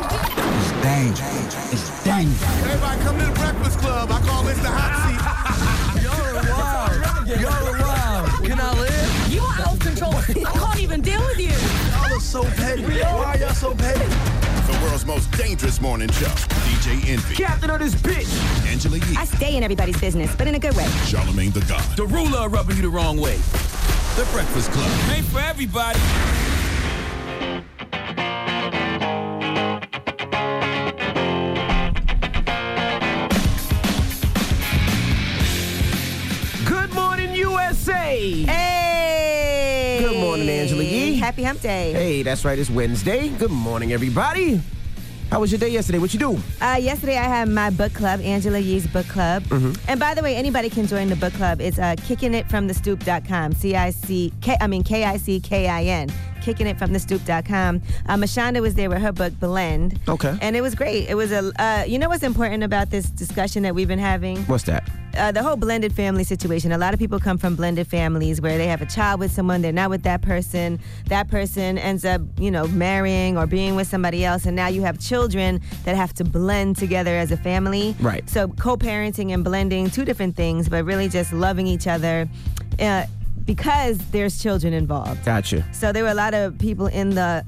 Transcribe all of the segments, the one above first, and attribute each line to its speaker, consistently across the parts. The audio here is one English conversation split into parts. Speaker 1: It's dangerous. It's dangerous.
Speaker 2: Everybody come to the Breakfast Club. I call this the hot
Speaker 3: Y'all are wild. Y'all are wild. Can I live?
Speaker 4: You are out of control. I can't even deal with you.
Speaker 2: seat. Y'all are so petty. Why are y'all so petty?
Speaker 5: The world's most dangerous morning show. DJ Envy,
Speaker 3: Captain of this bitch.
Speaker 5: Angela Yee,
Speaker 6: I stay in everybody's business, but in a good way.
Speaker 5: Charlemagne the God,
Speaker 3: The ruler rubbing you the wrong way.
Speaker 5: The Breakfast Club,
Speaker 3: Ain't for everybody. Good morning, USA.
Speaker 6: Hey!
Speaker 3: Good morning, Angela Yee.
Speaker 6: Happy hump day.
Speaker 3: Hey, that's right. It's Wednesday. Good morning, everybody. How was your day yesterday? What you do?
Speaker 6: Uh, yesterday I had my book club, Angela Yee's book club.
Speaker 3: Mm-hmm.
Speaker 6: And by the way, anybody can join the book club. It's uh, kickingitfromthestoop.com. C-I-C-K, I mean K-I-C-K-I-N. Kickingitfromthestoop.com. Uh, Mashonda was there with her book, Blend.
Speaker 3: Okay.
Speaker 6: And it was great. It was a, uh, you know what's important about this discussion that we've been having?
Speaker 3: What's that?
Speaker 6: uh, the whole blended family situation. A lot of people come from blended families where they have a child with someone, they're not with that person. That person ends up, you know, marrying or being with somebody else, and now you have children that have to blend together as a family.
Speaker 3: Right.
Speaker 6: So co-parenting and blending, two different things, but really just loving each other, uh, because there's children involved.
Speaker 3: Gotcha.
Speaker 6: So there were a lot of people in the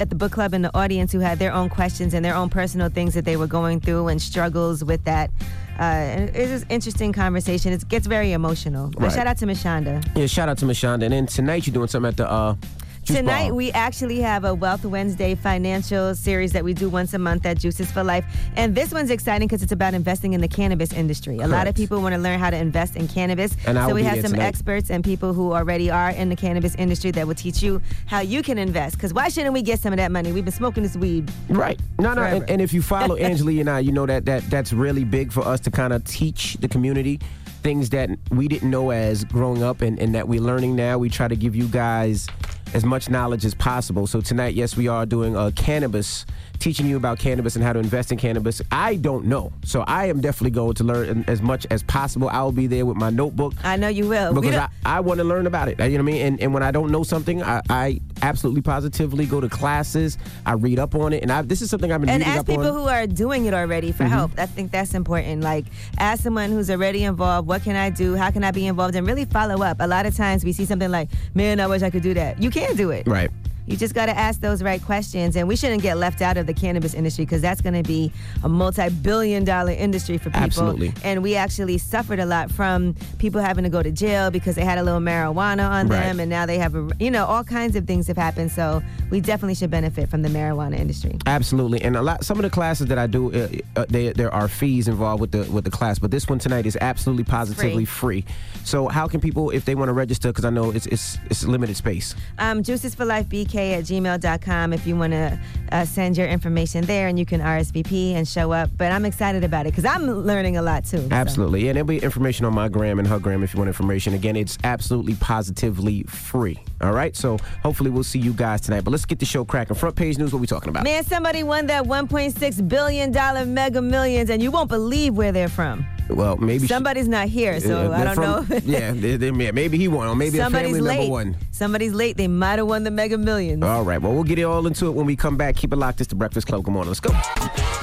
Speaker 6: at the book club in the audience who had their own questions and their own personal things that they were going through and struggles with that. Uh, and it's just interesting conversation. It gets very emotional. But
Speaker 3: Right.
Speaker 6: shout out to Mashonda.
Speaker 3: Yeah, shout out to Mashonda. And then tonight you're doing something at the uh juice
Speaker 6: Tonight
Speaker 3: bar.
Speaker 6: we actually have a Wealth Wednesday financial series that we do once a month at Juices for Life, and this one's exciting because it's about investing in the cannabis industry. A lot of
Speaker 3: Correct.
Speaker 6: people want to learn how to invest in cannabis,
Speaker 3: And I
Speaker 6: so
Speaker 3: will
Speaker 6: we
Speaker 3: be
Speaker 6: have
Speaker 3: there
Speaker 6: some
Speaker 3: tonight.
Speaker 6: experts and people who already are in the cannabis industry that will teach you how you can invest. Because why shouldn't we get some of that money? We've been smoking this weed.
Speaker 3: Right. No, no.
Speaker 6: Forever.
Speaker 3: And, and if you follow Angela and I, you know that that that's really big for us to kind of teach the community things that we didn't know as growing up and, and that we're learning now. We try to give you guys as much knowledge as possible. So tonight, yes, we are doing uh, cannabis, teaching you about cannabis and how to invest in cannabis. I don't know. So I am definitely going to learn as much as possible. I'll be there with my notebook
Speaker 6: I know you will. We
Speaker 3: because
Speaker 6: don't-
Speaker 3: I, I want to learn about it. You know what I mean? And, and when I don't know something, I, I absolutely positively go to classes. I read up on it, and I, this is something I've been
Speaker 6: and
Speaker 3: reading
Speaker 6: ask
Speaker 3: up
Speaker 6: people
Speaker 3: on.
Speaker 6: who are doing it already
Speaker 3: Mm-hmm.
Speaker 6: for help. I think that's important. Like, ask someone who's already involved, what can I do? How can I be involved? And really follow up. A lot of times we see something like, man, I wish I could do that. You can do it.
Speaker 3: right.
Speaker 6: You just got to ask those right questions. And we shouldn't get left out of the cannabis industry because that's going to be a multi billion dollar industry for people.
Speaker 3: Absolutely.
Speaker 6: And we actually suffered a lot from people having to go to jail because they had a little marijuana on
Speaker 3: Right.
Speaker 6: them. And now they have, a, you know, all kinds of things have happened. So we definitely should benefit from the marijuana industry.
Speaker 3: Absolutely, and a lot. Some of the classes that I do, uh, uh, they, there are fees involved with the with the class, but this one tonight is absolutely positively free. So, how can people, if they want to register, because I know it's it's it's limited space.
Speaker 6: Um, juicesforlifebk at gmail.com if you want to uh, send your information there and you can RSVP and show up. But I'm excited about it because I'm learning a lot too. so.
Speaker 3: Absolutely, yeah. There'll be information on my gram and her gram if you want information. Again, it's absolutely positively free. All right, so hopefully we'll see you guys tonight. But let's get the show cracking. Front page news. What we talking about?
Speaker 6: Man, somebody won that $1.6 billion mega millions and you won't believe where they're from.
Speaker 3: Well, maybe she-
Speaker 6: Somebody's not here, so
Speaker 3: Yeah,
Speaker 6: I
Speaker 3: they're
Speaker 6: don't
Speaker 3: from-
Speaker 6: know.
Speaker 3: yeah, they, they, yeah, maybe he won, or maybe a
Speaker 6: Somebody's
Speaker 3: family
Speaker 6: late.
Speaker 3: member won.
Speaker 6: Somebody's late. They might have won the mega millions.
Speaker 3: All right, well, we'll get it all into it when we come back. Keep it locked. It's the Breakfast Club. Good morning. Let's go.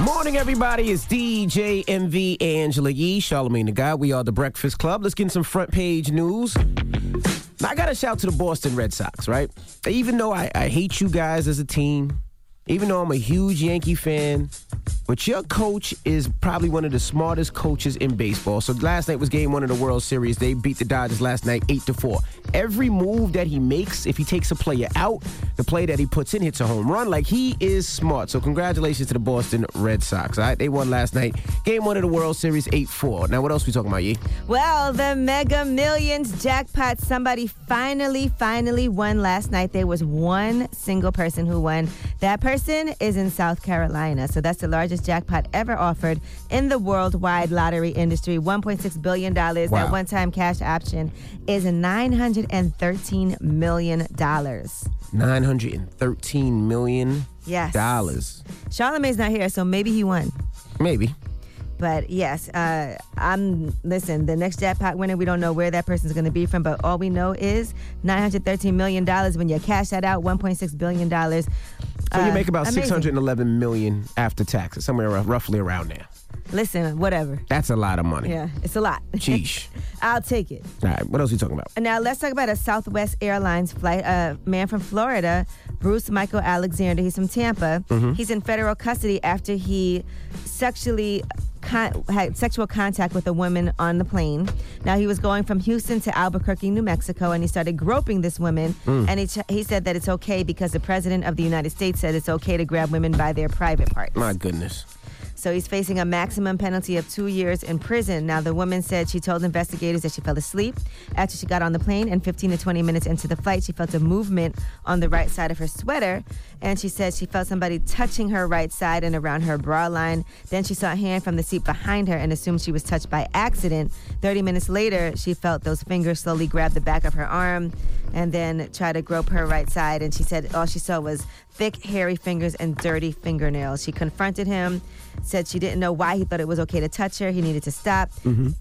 Speaker 3: Morning, everybody. It's DJ MV Angela Yee, Charlemagne the Guy. We are the Breakfast Club. Let's get in some front page news. Now, I got to shout to the Boston Red Sox, right? Even though I, I hate you guys as a team, even though I'm a huge Yankee fan, but your coach is probably one of the smartest coaches in baseball. So last night was game one of the World Series. They beat the Dodgers last night, eight to four. Every move that he makes, if he takes a player out, the play that he puts in hits a home run. Like he is smart. So congratulations to the Boston Red Sox. All right, they won last night. Game one of the World Series, eight four. Now what else we talking about, Yee?
Speaker 6: Well, the Mega Millions jackpot. Somebody finally, finally won last night. There was one single person who won. That person is in South Carolina. So that's the largest jackpot ever offered in the worldwide lottery industry. $1.6 billion. That
Speaker 3: Wow.
Speaker 6: one time cash option is $913 million.
Speaker 3: Nine hundred and thirteen million
Speaker 6: Yes.
Speaker 3: dollars.
Speaker 6: Charlemagne's not here, so maybe he won.
Speaker 3: Maybe.
Speaker 6: But yes, uh, I'm listen. The next jackpot winner, we don't know where that person's going to be from, but all we know is 913 million dollars. When you cash that out, 1.6 billion dollars.
Speaker 3: So you
Speaker 6: Uh,
Speaker 3: make about
Speaker 6: amazing.
Speaker 3: six hundred and eleven million after taxes, somewhere rough- roughly around there.
Speaker 6: Listen, whatever.
Speaker 3: That's a lot of money.
Speaker 6: Yeah, it's a lot.
Speaker 3: Sheesh.
Speaker 6: I'll take it.
Speaker 3: All right, what else are you talking about?
Speaker 6: Now let's talk about a Southwest Airlines flight. A man from Florida, Bruce Michael Alexander. He's from Tampa. He's in federal custody after he sexually con- had sexual contact with a woman on the plane. Now he was going from Houston to Albuquerque, New Mexico, and he started groping this woman. And he, ch- he said that it's okay because the president of the United States said it's okay to grab women by their private parts.
Speaker 3: My goodness.
Speaker 6: So he's facing a maximum penalty of two years in prison. Now, the woman said she told investigators that she fell asleep after she got on the plane, and 15 to 20 minutes into the flight, she felt a movement on the right side of her sweater. And she said she felt somebody touching her right side and around her bra line. Then she saw a hand from the seat behind her and assumed she was touched by accident. 30 minutes later, she felt those fingers slowly grab the back of her arm and then try to grope her right side. And she said all she saw was thick, hairy fingers and dirty fingernails. She confronted him said she didn't know why he thought it was okay to touch her. He needed to stop.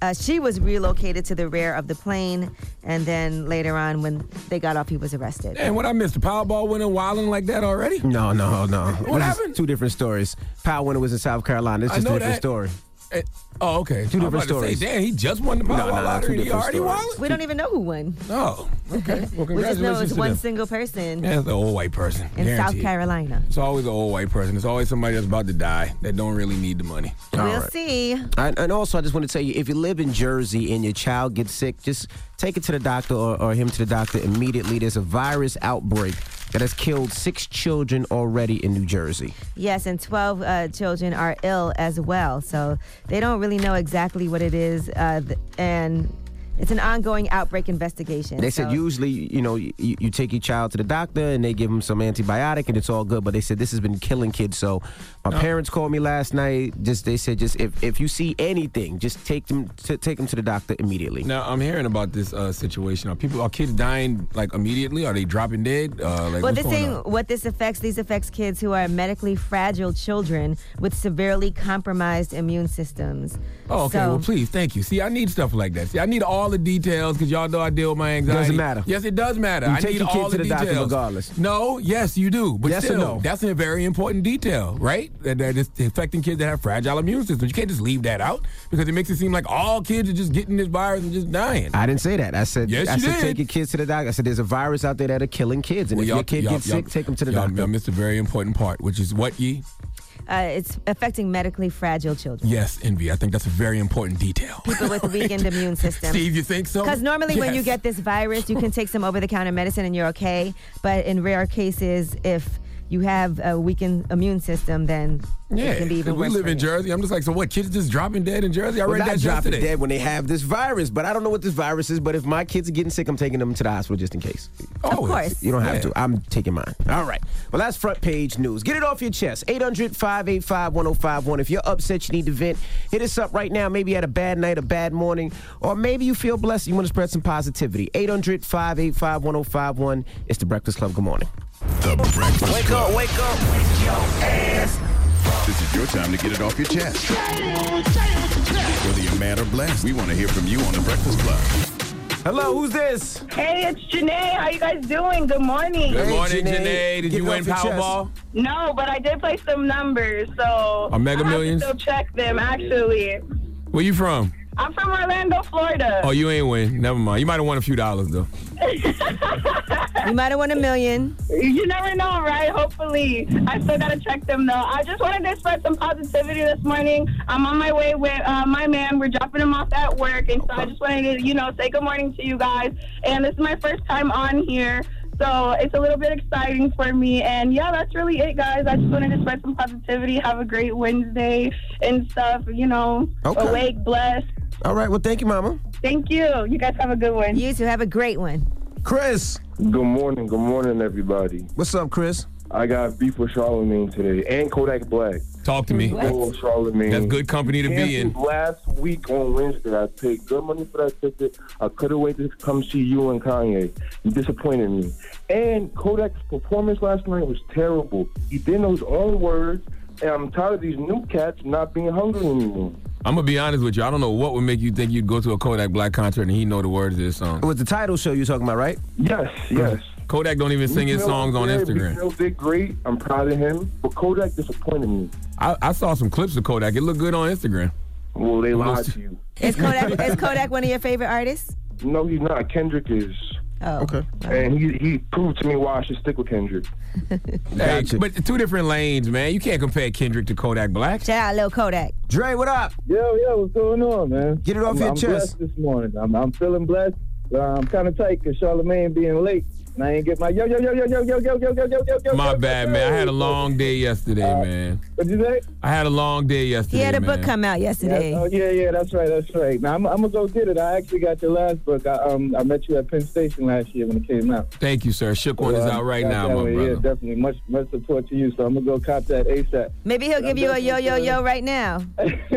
Speaker 6: Uh, she was relocated to the rear of the plane, and then later on, when they got off, he was arrested.
Speaker 7: And what I missed, the Powerball winning, wilding like that already?
Speaker 3: No, no, no. This is
Speaker 7: happened?
Speaker 3: Two different stories. Power winner was in South Carolina. It's
Speaker 7: I
Speaker 3: just a
Speaker 7: know
Speaker 3: different
Speaker 7: that.
Speaker 3: story.
Speaker 7: Eh, oh, okay.
Speaker 3: Two
Speaker 7: I'm
Speaker 3: different
Speaker 7: about to
Speaker 3: stories.
Speaker 7: Say, Damn, he just won the Powerball
Speaker 3: no, two
Speaker 7: lottery. He
Speaker 3: different
Speaker 7: already
Speaker 3: stories.
Speaker 7: wilding?
Speaker 6: We don't even know who won.
Speaker 7: Oh, okay. Well,
Speaker 6: We just know
Speaker 7: congratulations
Speaker 6: it's
Speaker 7: to
Speaker 6: one
Speaker 7: them.
Speaker 6: single person
Speaker 7: That's the old white person.
Speaker 6: in South
Speaker 7: guaranteed.
Speaker 6: Carolina.
Speaker 7: It's always an old white person. It's always somebody that's about to die that don't really need the money.
Speaker 3: All
Speaker 6: we'll
Speaker 3: right.
Speaker 6: see.
Speaker 3: And, and also, I just want to tell you, if you live in Jersey and your child gets sick, just take it to the doctor or, or him to the doctor immediately. There's a virus outbreak that has killed six children already in New Jersey.
Speaker 6: Yes, and 12 uh, children are ill as well. So they don't really know exactly what it is. Uh, th- and it's an ongoing outbreak investigation.
Speaker 3: They
Speaker 6: so-
Speaker 3: said usually, you know, you, you take your child to the doctor and they give him some antibiotic and it's all good. But they said this has been killing kids. So my
Speaker 7: Oh.
Speaker 3: parents called me last night. Just they said, just if, if you see anything, just take them to, take them to the doctor immediately.
Speaker 7: Now I'm hearing about this uh, situation. Are people are kids dying like immediately? Are they dropping dead? Uh, like
Speaker 6: Well,
Speaker 7: what's
Speaker 6: this
Speaker 7: going
Speaker 6: thing,
Speaker 7: on?
Speaker 6: what this affects, these affects kids who are medically fragile children with severely compromised immune systems.
Speaker 7: Oh, okay.
Speaker 6: So,
Speaker 7: well, please, thank you. See, I need stuff like that. See, I need all the details because y'all know I deal with my anxiety.
Speaker 3: Doesn't matter.
Speaker 7: Yes, it does matter.
Speaker 3: You
Speaker 7: I
Speaker 3: take
Speaker 7: need
Speaker 3: your kid
Speaker 7: all
Speaker 3: to the doctor
Speaker 7: details.
Speaker 3: regardless.
Speaker 7: No, yes, you do. But
Speaker 3: Yes or
Speaker 7: still,
Speaker 3: no?
Speaker 7: that's a very important detail, right? That that is affecting kids that have fragile immune systems. You can't just leave that out because it makes it seem like all kids are just getting this virus and just dying.
Speaker 3: I didn't say that. I said,
Speaker 7: Yes,
Speaker 3: I
Speaker 7: you
Speaker 3: said,
Speaker 7: did.
Speaker 3: take your kids to the doctor. I said, there's a virus out there that are killing kids, and
Speaker 7: Well,
Speaker 3: if your kid gets sick, take them to the
Speaker 7: y'all-
Speaker 3: doctor.
Speaker 7: Y'all missed a very important part, which is what ye.
Speaker 6: uh, it's affecting medically fragile children.
Speaker 7: Yes, envy. I think that's a very important detail.
Speaker 6: People with weakened immune systems.
Speaker 7: Steve, you think so?
Speaker 6: Because normally when you
Speaker 7: Yes.
Speaker 6: get this virus, you can take some over the counter medicine and you're okay. But in rare cases, if you have a weakened immune system, then
Speaker 7: Yeah,
Speaker 6: it can be
Speaker 7: 'cause
Speaker 6: even
Speaker 7: we
Speaker 6: worse.
Speaker 7: live
Speaker 6: for
Speaker 7: in
Speaker 6: you.
Speaker 7: Jersey. I'm just like, so what? Kids just dropping dead in Jersey? I
Speaker 3: We're
Speaker 7: read
Speaker 3: not
Speaker 7: that
Speaker 3: dropping
Speaker 7: yesterday.
Speaker 3: dead when they have this virus, but I don't know what this virus is. But if my kids are getting sick, I'm taking them to the hospital just in case.
Speaker 7: Always.
Speaker 6: course.
Speaker 3: You don't have
Speaker 7: Oh, Yeah.
Speaker 3: to. I'm taking mine. All right. Well, that's front page news. Get it off your chest. 800 585 1051. If you're upset, you need to vent, hit us up right now. Maybe you had a bad night, a bad morning, or maybe you feel blessed. You want to spread some positivity. 800 585 1051. It's the Breakfast Club. Good morning.
Speaker 5: The Breakfast
Speaker 1: Wake
Speaker 5: Club.
Speaker 1: up, wake up.
Speaker 5: This is your time to get it off your chest.
Speaker 3: Mm-hmm.
Speaker 5: Whether you're mad or blessed, we want to hear from you on The Breakfast Club.
Speaker 3: Hello, who's this?
Speaker 8: Hey, it's Janae. How you guys doing? Good morning.
Speaker 7: Good
Speaker 3: Hey,
Speaker 7: morning,
Speaker 3: Janae.
Speaker 7: Janae. Did
Speaker 3: Get
Speaker 7: you
Speaker 3: it
Speaker 7: win
Speaker 3: off your
Speaker 7: Powerball?
Speaker 8: No, but I did play some numbers, so
Speaker 7: Are Mega
Speaker 8: I have to
Speaker 7: Millions?
Speaker 8: Go check them. Actually,
Speaker 7: Where you from?
Speaker 8: I'm from Orlando, Florida.
Speaker 7: Oh, you ain't win. Never mind. You might have won a few dollars though.
Speaker 6: You might have won a million.
Speaker 8: You never know, right? Hopefully, I still gotta check them though. I just wanted to spread some positivity this morning. I'm on my way with uh, my man. We're dropping him off at work, and so I just wanted to, you know, say good morning to you guys. And this is my first time on here, so it's a little bit exciting for me. And yeah, that's really it, guys. I just wanted to spread some positivity. Have a great Wednesday and stuff. You know,
Speaker 3: Okay.
Speaker 8: awake, blessed.
Speaker 3: All right. Well, thank you, Mama.
Speaker 8: Thank you. You guys have a good one.
Speaker 6: You two have a great one.
Speaker 3: Chris.
Speaker 9: Good morning, good morning, everybody.
Speaker 3: What's up, Chris?
Speaker 9: I got beef with Charlemagne today and Kodak Black.
Speaker 7: Talk to me.
Speaker 9: Oh, Charlemagne.
Speaker 7: That's good company to be in.
Speaker 9: Last week on Wednesday, I paid good money for that ticket. I couldn't wait to come see you and Kanye. You disappointed me. And Kodak's performance last night was terrible. He didn't know his own words, and I'm tired of these new cats not being hungry anymore.
Speaker 7: I'm gonna be honest with you. I don't know what would make you think you'd go to a Kodak Black concert and he know the words of this
Speaker 3: It
Speaker 7: song.
Speaker 3: was the title show you were talking about, right?
Speaker 9: Yes, yes.
Speaker 7: Kodak don't even sing his
Speaker 9: Meek Mill
Speaker 7: songs on
Speaker 9: did, Meek
Speaker 7: Instagram.
Speaker 9: Mill did great. I'm proud of him. But Kodak disappointed me.
Speaker 7: I, I saw some clips of Kodak. It looked good on Instagram.
Speaker 9: Well, they
Speaker 7: lied
Speaker 9: to you.
Speaker 6: Is Kodak is Kodak one of your favorite artists?
Speaker 9: No, he's not. Kendrick is.
Speaker 6: Oh.
Speaker 3: Okay.
Speaker 9: And he, he proved to me why I should stick with Kendrick.
Speaker 7: Hey, but two different lanes, man. You can't compare Kendrick to Kodak Black.
Speaker 6: Shout out, Lil Kodak.
Speaker 3: Dre, what up?
Speaker 10: Yo, yo, what's going on, man?
Speaker 3: Get it off
Speaker 10: I'm,
Speaker 3: your
Speaker 10: I'm
Speaker 3: chest.
Speaker 10: blessed this morning. I'm, I'm feeling blessed. But I'm kind of tight because Charlemagne being late. And I ain't get my yo, yo, yo, yo, yo, yo, yo, yo, yo, yo, yo, yo.
Speaker 7: My
Speaker 10: yo,
Speaker 7: bad,
Speaker 10: yo,
Speaker 7: man. I
Speaker 10: yo.
Speaker 7: had a long day yesterday, man.
Speaker 10: What'd you say?
Speaker 7: I had a long day yesterday.
Speaker 6: He had a
Speaker 7: man.
Speaker 6: book come out yesterday.
Speaker 10: Yeah, oh, yeah, yeah, that's right, that's right. Now, I'm, I'm going to go get it. I actually got your last book. I, um, I met you at Penn Station last year when it came out.
Speaker 7: Thank you, sir. Shook one
Speaker 10: So,
Speaker 7: is
Speaker 10: um,
Speaker 7: out right
Speaker 10: got
Speaker 7: now,
Speaker 10: that
Speaker 7: my
Speaker 10: one.
Speaker 7: brother.
Speaker 10: Yeah, definitely. Much, much support to you. So I'm going to go cop that ASAP.
Speaker 6: Maybe he'll give you a yo yo yo right now.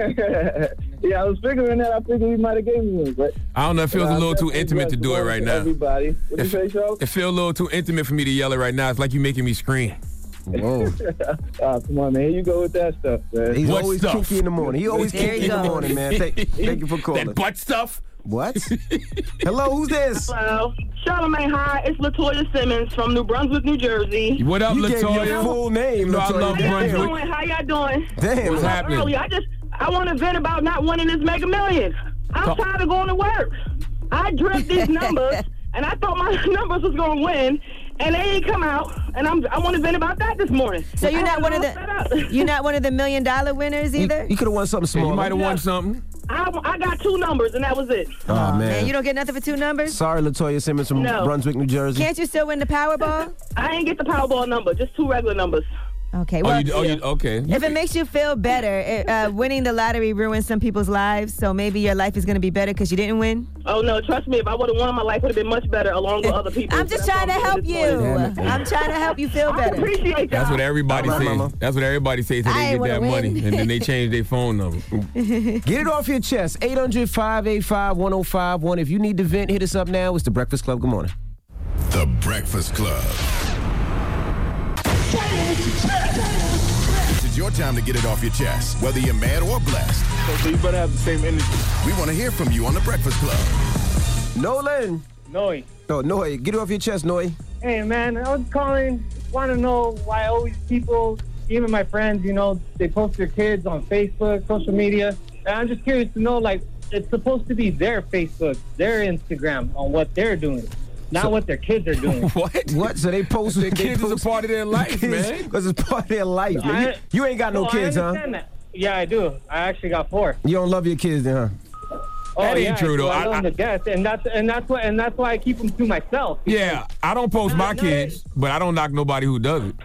Speaker 10: yeah, I was figuring that. I figured you might have gave me one, but
Speaker 7: I don't know. It feels
Speaker 10: But
Speaker 7: a
Speaker 10: I'm
Speaker 7: little too
Speaker 10: definitely
Speaker 7: intimate to
Speaker 10: blessed
Speaker 7: do it
Speaker 10: along
Speaker 7: right
Speaker 10: with
Speaker 7: now.
Speaker 10: Everybody, what you say, Charles?
Speaker 7: It feels a little too intimate for me to yell it right now. It's like you making me scream.
Speaker 3: Whoa.
Speaker 10: Ah, come on, man. Here you go with that stuff, man.
Speaker 3: He's
Speaker 7: What
Speaker 3: always
Speaker 7: stuff?
Speaker 3: kinky in the morning. He always
Speaker 6: There
Speaker 3: kinky
Speaker 6: you
Speaker 3: in the
Speaker 6: go.
Speaker 3: morning, man. Thank, thank you for calling.
Speaker 7: That butt stuff.
Speaker 3: What? Hello, who's this?
Speaker 11: Hello. Charlamagne, hi. It's Latoya Simmons from New Brunswick, New Jersey.
Speaker 7: What up,
Speaker 3: you
Speaker 7: Latoya?
Speaker 3: gave your full name.
Speaker 7: You know I
Speaker 3: Latoya.
Speaker 7: love
Speaker 11: How y'all
Speaker 7: Brunswick.
Speaker 11: doing? How y'all doing?
Speaker 3: Damn.
Speaker 7: What's
Speaker 3: Latoya.
Speaker 7: happening?
Speaker 11: Early, I just I want to vent about not winning this Mega Millions. I'm
Speaker 7: Talk-
Speaker 11: tired of going to work. I dreamt these numbers, and I thought my numbers was gonna win, and they ain't come out. And I'm I want to vent about that this morning.
Speaker 6: So you're not one of
Speaker 11: Set up.
Speaker 6: the you're not one of the million dollar winners
Speaker 3: You,
Speaker 6: either.
Speaker 3: could have won something
Speaker 7: You
Speaker 3: smaller.
Speaker 7: might have won something.
Speaker 11: I, I got two numbers, and that was it.
Speaker 3: Oh, man.
Speaker 6: you don't get nothing for two numbers.
Speaker 3: Sorry, Latoya Simmons from
Speaker 11: No.
Speaker 3: Brunswick, New Jersey.
Speaker 6: Can't you still win the Powerball?
Speaker 11: I ain't get the Powerball number, just two regular numbers.
Speaker 6: Okay.
Speaker 7: Oh,
Speaker 6: Well,
Speaker 7: you, oh, you, okay.
Speaker 6: if it makes you feel better, it, uh, winning the lottery ruins some people's lives. So maybe your life is going to be better because you didn't win.
Speaker 11: Oh no, trust me, if I would have won, my life would have been much better along with other people.
Speaker 6: I'm just trying to help you. I'm trying to help you feel
Speaker 11: I
Speaker 6: better.
Speaker 11: appreciate y'all.
Speaker 7: That's what everybody
Speaker 3: All right,
Speaker 7: says.
Speaker 3: mama.
Speaker 7: That's what everybody says. till
Speaker 6: I
Speaker 7: They
Speaker 6: ain't
Speaker 7: get
Speaker 6: wanna
Speaker 7: that
Speaker 6: win.
Speaker 7: money and then they change their phone number.
Speaker 3: Get it off your chest. 800 585 1051. If you need to vent, hit us up now. It's the Breakfast Club. Good morning.
Speaker 5: The Breakfast Club. This is your time to get it off your chest, whether you're mad or blessed.
Speaker 10: So you better have the same energy.
Speaker 5: We want to hear from you on The Breakfast Club.
Speaker 3: Nolan.
Speaker 10: Noy.
Speaker 3: No, Noy. Get it off your chest, Noy.
Speaker 10: Hey, man, I was calling, want to know why always people, even my friends, you know, they post their kids on Facebook, social media. And I'm just curious to know, like, it's supposed to be their Facebook, their Instagram, on what they're doing, not what their kids are doing.
Speaker 7: What?
Speaker 3: What? So they post
Speaker 7: The kids is a part of their life, man.
Speaker 3: Because it's part of their life. man.
Speaker 10: I-
Speaker 3: you, you ain't got no
Speaker 10: So I
Speaker 3: kids, huh?
Speaker 10: understand that. Yeah, I do. I actually got four.
Speaker 3: You don't love your kids, then, huh?
Speaker 10: Oh,
Speaker 7: That ain't
Speaker 10: yeah,
Speaker 7: true, though.
Speaker 10: I,
Speaker 7: I-
Speaker 10: love
Speaker 7: I-
Speaker 10: them to death, and that's and that's what and that's why I keep them to myself.
Speaker 7: Yeah, I don't post my kids, but I don't knock nobody who does it.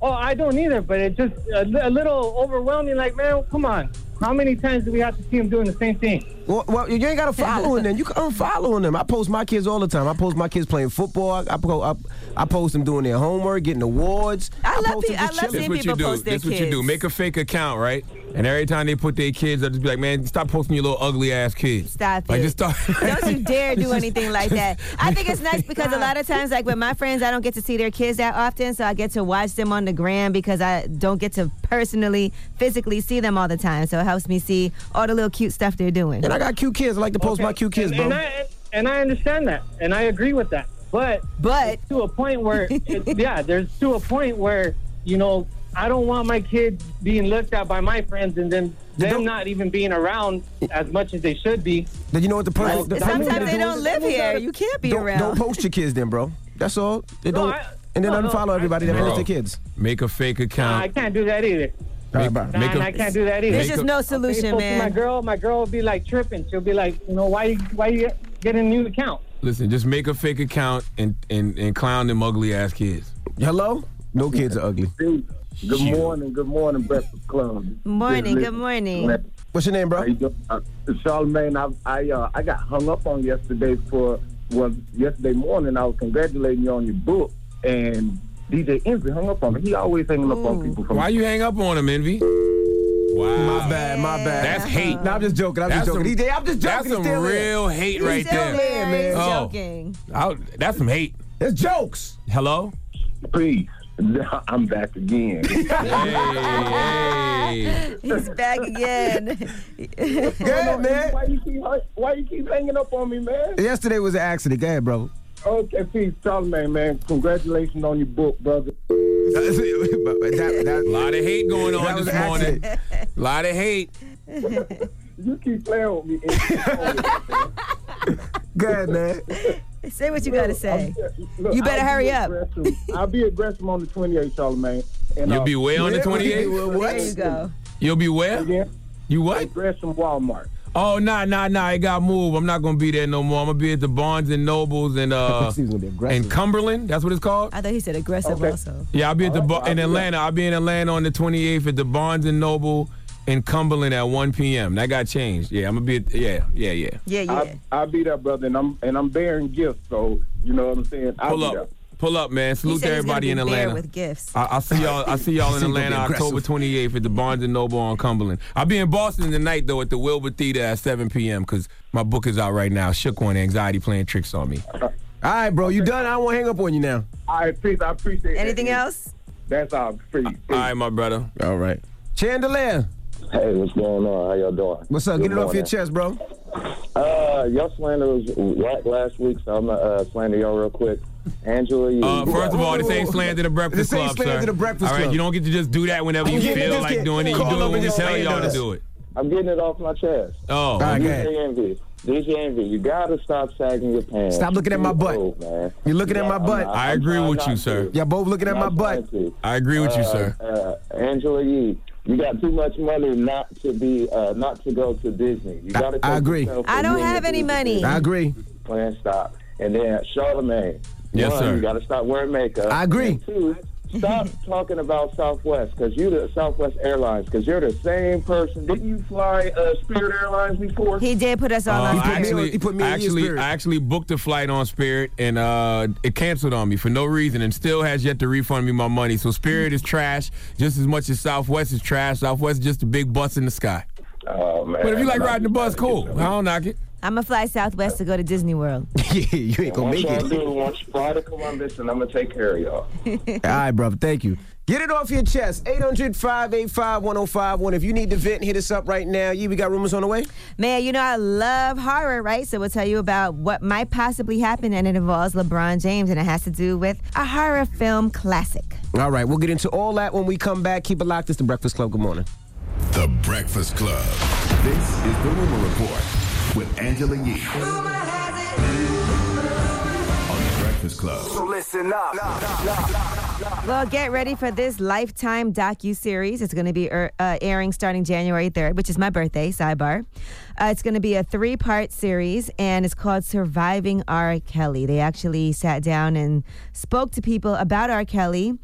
Speaker 10: Oh, I don't either, but it's just a, li- a little overwhelming. Like, man, come on. How many times do we have to see him doing the same thing?
Speaker 3: Well, well, you ain't got to follow them. You can unfollow them. I post my kids all the time. I post my kids playing football. I, I, po- I, I post them doing their homework, getting awards.
Speaker 6: I love
Speaker 3: post them
Speaker 6: pe- I
Speaker 3: just chilling.
Speaker 6: love seeing
Speaker 7: That's what you
Speaker 6: people
Speaker 7: do.
Speaker 6: post their
Speaker 7: That's what you do.
Speaker 6: kids.
Speaker 7: Make a fake account, right? And every time they put their kids, I'll just be like, man, stop posting your little ugly ass kids.
Speaker 6: Stop
Speaker 7: Like,
Speaker 6: it.
Speaker 7: just stop.
Speaker 6: Don't you dare do anything like that. I think it's nice because a lot of times, like with my friends, I don't get to see their kids that often, so I get to watch them on the gram because I don't get to personally, physically see them all the time. So it helps me see all the little cute stuff they're doing.
Speaker 3: And I got cute kids. I like to post my cute kids,
Speaker 10: and,
Speaker 3: bro.
Speaker 10: And I, and I understand that, and I agree with that. But
Speaker 6: But
Speaker 10: to a point where, it, yeah, there's to a point where, you know, I don't want my kids being looked at by my friends and then them
Speaker 3: don't-
Speaker 10: not even being around as much as they should be.
Speaker 3: Then you know what the perfect. the perfect thing
Speaker 6: sometimes
Speaker 3: to do
Speaker 6: they don't
Speaker 3: is-
Speaker 6: live here. You can't be
Speaker 3: Don't,
Speaker 6: around.
Speaker 3: don't post your kids, then, bro. That's all. They
Speaker 10: No,
Speaker 3: don't.
Speaker 10: I-
Speaker 3: and then
Speaker 10: no, no,
Speaker 3: unfollow
Speaker 10: I-
Speaker 3: everybody that
Speaker 7: Bro.
Speaker 3: has their kids.
Speaker 7: Make a fake
Speaker 10: Nah, I
Speaker 7: account.
Speaker 10: can't do that either.
Speaker 3: All right,
Speaker 7: Make-
Speaker 3: bye.
Speaker 10: Nah,
Speaker 7: Make a-
Speaker 10: I can't do that either.
Speaker 6: There's
Speaker 7: Make
Speaker 6: just
Speaker 7: a-
Speaker 6: no
Speaker 10: I'll be
Speaker 6: solution,
Speaker 10: posting My
Speaker 6: man.
Speaker 10: girl, my girl will be like tripping. She'll be like, you know, why, why you get a new account?
Speaker 7: Listen, just make a fake account and, and, and clown them ugly ass kids.
Speaker 3: Hello? No kids are ugly.
Speaker 9: Dude, good
Speaker 7: Shoot.
Speaker 9: morning, good morning, Breakfast Club.
Speaker 6: Morning,
Speaker 9: Just
Speaker 6: good morning.
Speaker 9: Man,
Speaker 3: What's your name, bro?
Speaker 9: How you doing? Uh, Charlemagne, I I, uh, I got hung up on yesterday for well yesterday morning. I was congratulating you on your book, and DJ Envy hung up on me. He always hanging up on
Speaker 6: Ooh.
Speaker 9: people. From
Speaker 7: Why you hang up on them, Envy? Wow.
Speaker 3: My bad, my bad.
Speaker 7: That's hate.
Speaker 3: Nah, I'm just joking. I'm
Speaker 7: That's
Speaker 3: just joking.
Speaker 7: some-
Speaker 3: DJ, I'm just joking.
Speaker 7: That's
Speaker 3: It's
Speaker 7: some
Speaker 3: still in.
Speaker 7: real hate
Speaker 6: He's
Speaker 7: right
Speaker 6: still
Speaker 7: there.
Speaker 6: there,
Speaker 3: man.
Speaker 6: He's
Speaker 7: Oh.
Speaker 6: joking.
Speaker 7: I'll- that's some hate.
Speaker 3: It's jokes.
Speaker 7: Hello?
Speaker 9: Peace. I'm back again.
Speaker 7: Hey, hey.
Speaker 6: He's back again.
Speaker 3: Go ahead, man.
Speaker 9: Why you keep why you keep hanging up on me, man?
Speaker 3: Yesterday was an accident. Go ahead, bro.
Speaker 9: Okay, see, Charlemagne, man, congratulations on your book, brother.
Speaker 7: A lot of hate going on this morning. A lot of hate.
Speaker 9: You keep playing with me.
Speaker 3: Good, man.
Speaker 6: Say what you gotta say.
Speaker 9: Look,
Speaker 6: You better
Speaker 9: I'll
Speaker 6: hurry
Speaker 9: be
Speaker 6: up.
Speaker 9: aggressive. I'll be aggressive on the 28th, Charlemagne.
Speaker 7: You'll be way on the 28th?
Speaker 6: There you go.
Speaker 7: You'll be where? You what?
Speaker 9: Aggressive Walmart.
Speaker 7: Oh nah nah nah! It got moved. I'm not gonna be there no more. I'm gonna be at the Barnes and Nobles and uh
Speaker 3: He was gonna be aggressive.
Speaker 7: and Cumberland. That's what it's called.
Speaker 6: I thought he said aggressive also.
Speaker 7: Yeah, I'll be at the
Speaker 9: All
Speaker 7: bar
Speaker 9: right,
Speaker 7: in
Speaker 9: Oh, I'll be there.
Speaker 7: Atlanta. I'll be in Atlanta on the 28th at the Barnes and Noble in Cumberland at 1 p.m. That got changed. Yeah, I'm gonna be. At, yeah, yeah, yeah.
Speaker 6: Yeah, yeah.
Speaker 9: I, I'll be there, brother, and I'm and I'm bearing gifts, so you know what I'm saying. I'll
Speaker 7: Pull
Speaker 9: be
Speaker 7: up,
Speaker 9: there.
Speaker 7: pull up, man.
Speaker 6: he
Speaker 7: Salute
Speaker 6: said
Speaker 7: to
Speaker 6: he's gonna
Speaker 7: everybody
Speaker 6: be
Speaker 7: in
Speaker 6: there
Speaker 7: Atlanta.
Speaker 6: with gifts.
Speaker 7: I, I'll see y'all. I see y'all in
Speaker 3: Seems a bit
Speaker 7: Atlanta
Speaker 3: aggressive.
Speaker 7: October 28th at the Barnes and Noble on Cumberland. I'll be in Boston tonight though at the Wilbur Theater at 7 p.m. because my book is out right now. Shook one, anxiety playing tricks on me.
Speaker 3: All right, bro, you done? I don't want to hang up on you now.
Speaker 9: All right, peace. I appreciate
Speaker 6: Anything
Speaker 9: that.
Speaker 6: else?
Speaker 9: That's all. Free.
Speaker 7: All right, my brother.
Speaker 3: All right. Chandelier,
Speaker 12: Hey, what's going on? How y'all doing?
Speaker 3: what's up?
Speaker 12: Good
Speaker 3: Get it off
Speaker 12: morning.
Speaker 3: your chest, bro.
Speaker 12: Uh, y'all slander was whack last week, so I'm gonna uh, slander y'all real quick. Angela, you.
Speaker 7: Uh, first of all, this ain't
Speaker 3: Whoa.
Speaker 7: slander the Breakfast
Speaker 3: This ain't
Speaker 7: Club,
Speaker 3: slander
Speaker 7: sir.
Speaker 3: the Breakfast
Speaker 7: All right,
Speaker 3: Club.
Speaker 7: you don't get to just do that whenever you
Speaker 3: You get-
Speaker 7: feel
Speaker 3: just
Speaker 7: like
Speaker 3: get-
Speaker 7: doing it. You
Speaker 3: call
Speaker 7: do
Speaker 3: up
Speaker 7: it
Speaker 3: and
Speaker 7: when we
Speaker 3: just
Speaker 7: tell
Speaker 3: slander
Speaker 7: y'all to
Speaker 3: us.
Speaker 7: do it.
Speaker 12: I'm getting it off my chest.
Speaker 7: Oh,
Speaker 3: All right, go ahead.
Speaker 12: DJ Envy, DJ Envy, you gotta stop sagging your pants.
Speaker 3: Stop looking at my
Speaker 12: You're
Speaker 3: butt.
Speaker 12: old, man.
Speaker 3: You're looking at my
Speaker 12: I'm
Speaker 3: butt.
Speaker 12: not-
Speaker 7: I
Speaker 12: I'm
Speaker 7: agree
Speaker 12: trying
Speaker 7: with you,
Speaker 12: not
Speaker 7: sir.
Speaker 12: to.
Speaker 3: Y'all both looking at
Speaker 12: I'm
Speaker 3: my
Speaker 12: not
Speaker 3: butt.
Speaker 12: trying to.
Speaker 7: I agree with you, sir.
Speaker 12: Uh, Angela Yee, you got too much money not to be uh, not to go to Disney. You gotta.
Speaker 3: I
Speaker 12: take
Speaker 3: agree.
Speaker 12: yourself
Speaker 6: I
Speaker 12: a
Speaker 6: don't
Speaker 12: minute
Speaker 6: have
Speaker 12: to
Speaker 6: any
Speaker 12: do
Speaker 6: money.
Speaker 3: I agree.
Speaker 12: plan stop. And then Charlemagne.
Speaker 7: Yes,
Speaker 12: one,
Speaker 7: sir.
Speaker 12: You got to stop wearing makeup.
Speaker 3: I agree.
Speaker 12: And two, stop talking about Southwest because you the Southwest Airlines because you're the same person. Didn't you fly uh, Spirit Airlines before?
Speaker 6: He did put us all
Speaker 7: Uh,
Speaker 6: on.
Speaker 7: I
Speaker 3: put me
Speaker 6: speaker.
Speaker 7: actually,
Speaker 3: on- he put me
Speaker 7: I
Speaker 3: on your
Speaker 7: actually,
Speaker 3: spirit.
Speaker 7: I actually booked a flight on Spirit, and uh, it canceled on me for no reason, and still has yet to refund me my money. So Spirit is trash, just as much as Southwest is trash. Southwest is just a big bus in the sky.
Speaker 12: Oh man.
Speaker 7: But if you like riding the bus, cool. I don't knock it.
Speaker 6: I'm gonna fly Southwest to go to Disney World.
Speaker 3: yeah, you ain't gonna
Speaker 12: Once
Speaker 3: make
Speaker 12: y'all
Speaker 3: it.
Speaker 12: do, once you fly to Columbus, and I'm gonna take care of y'all.
Speaker 3: All right, brother. Thank you. Get it off your chest. 800 585 1051. If you need to vent, hit us up right now. Yeah, we got rumors on the way.
Speaker 6: Man, you know I love horror, right? So we'll tell you about what might possibly happen, and it involves LeBron James, and it has to do with a horror film classic.
Speaker 3: All right, we'll get into all that when we come back. Keep it locked. It's the Breakfast Club. Good morning.
Speaker 5: The Breakfast Club. This is the Rumor Report with Angela Yee. On the Breakfast Club.
Speaker 6: Well, get ready for this Lifetime docu series. It's going to be er, uh, airing starting January 3rd, which is my birthday. Sidebar. Uh, it's going to be a three part series, and it's called Surviving R. Kelly. They actually sat down and spoke to people about R. Kelly.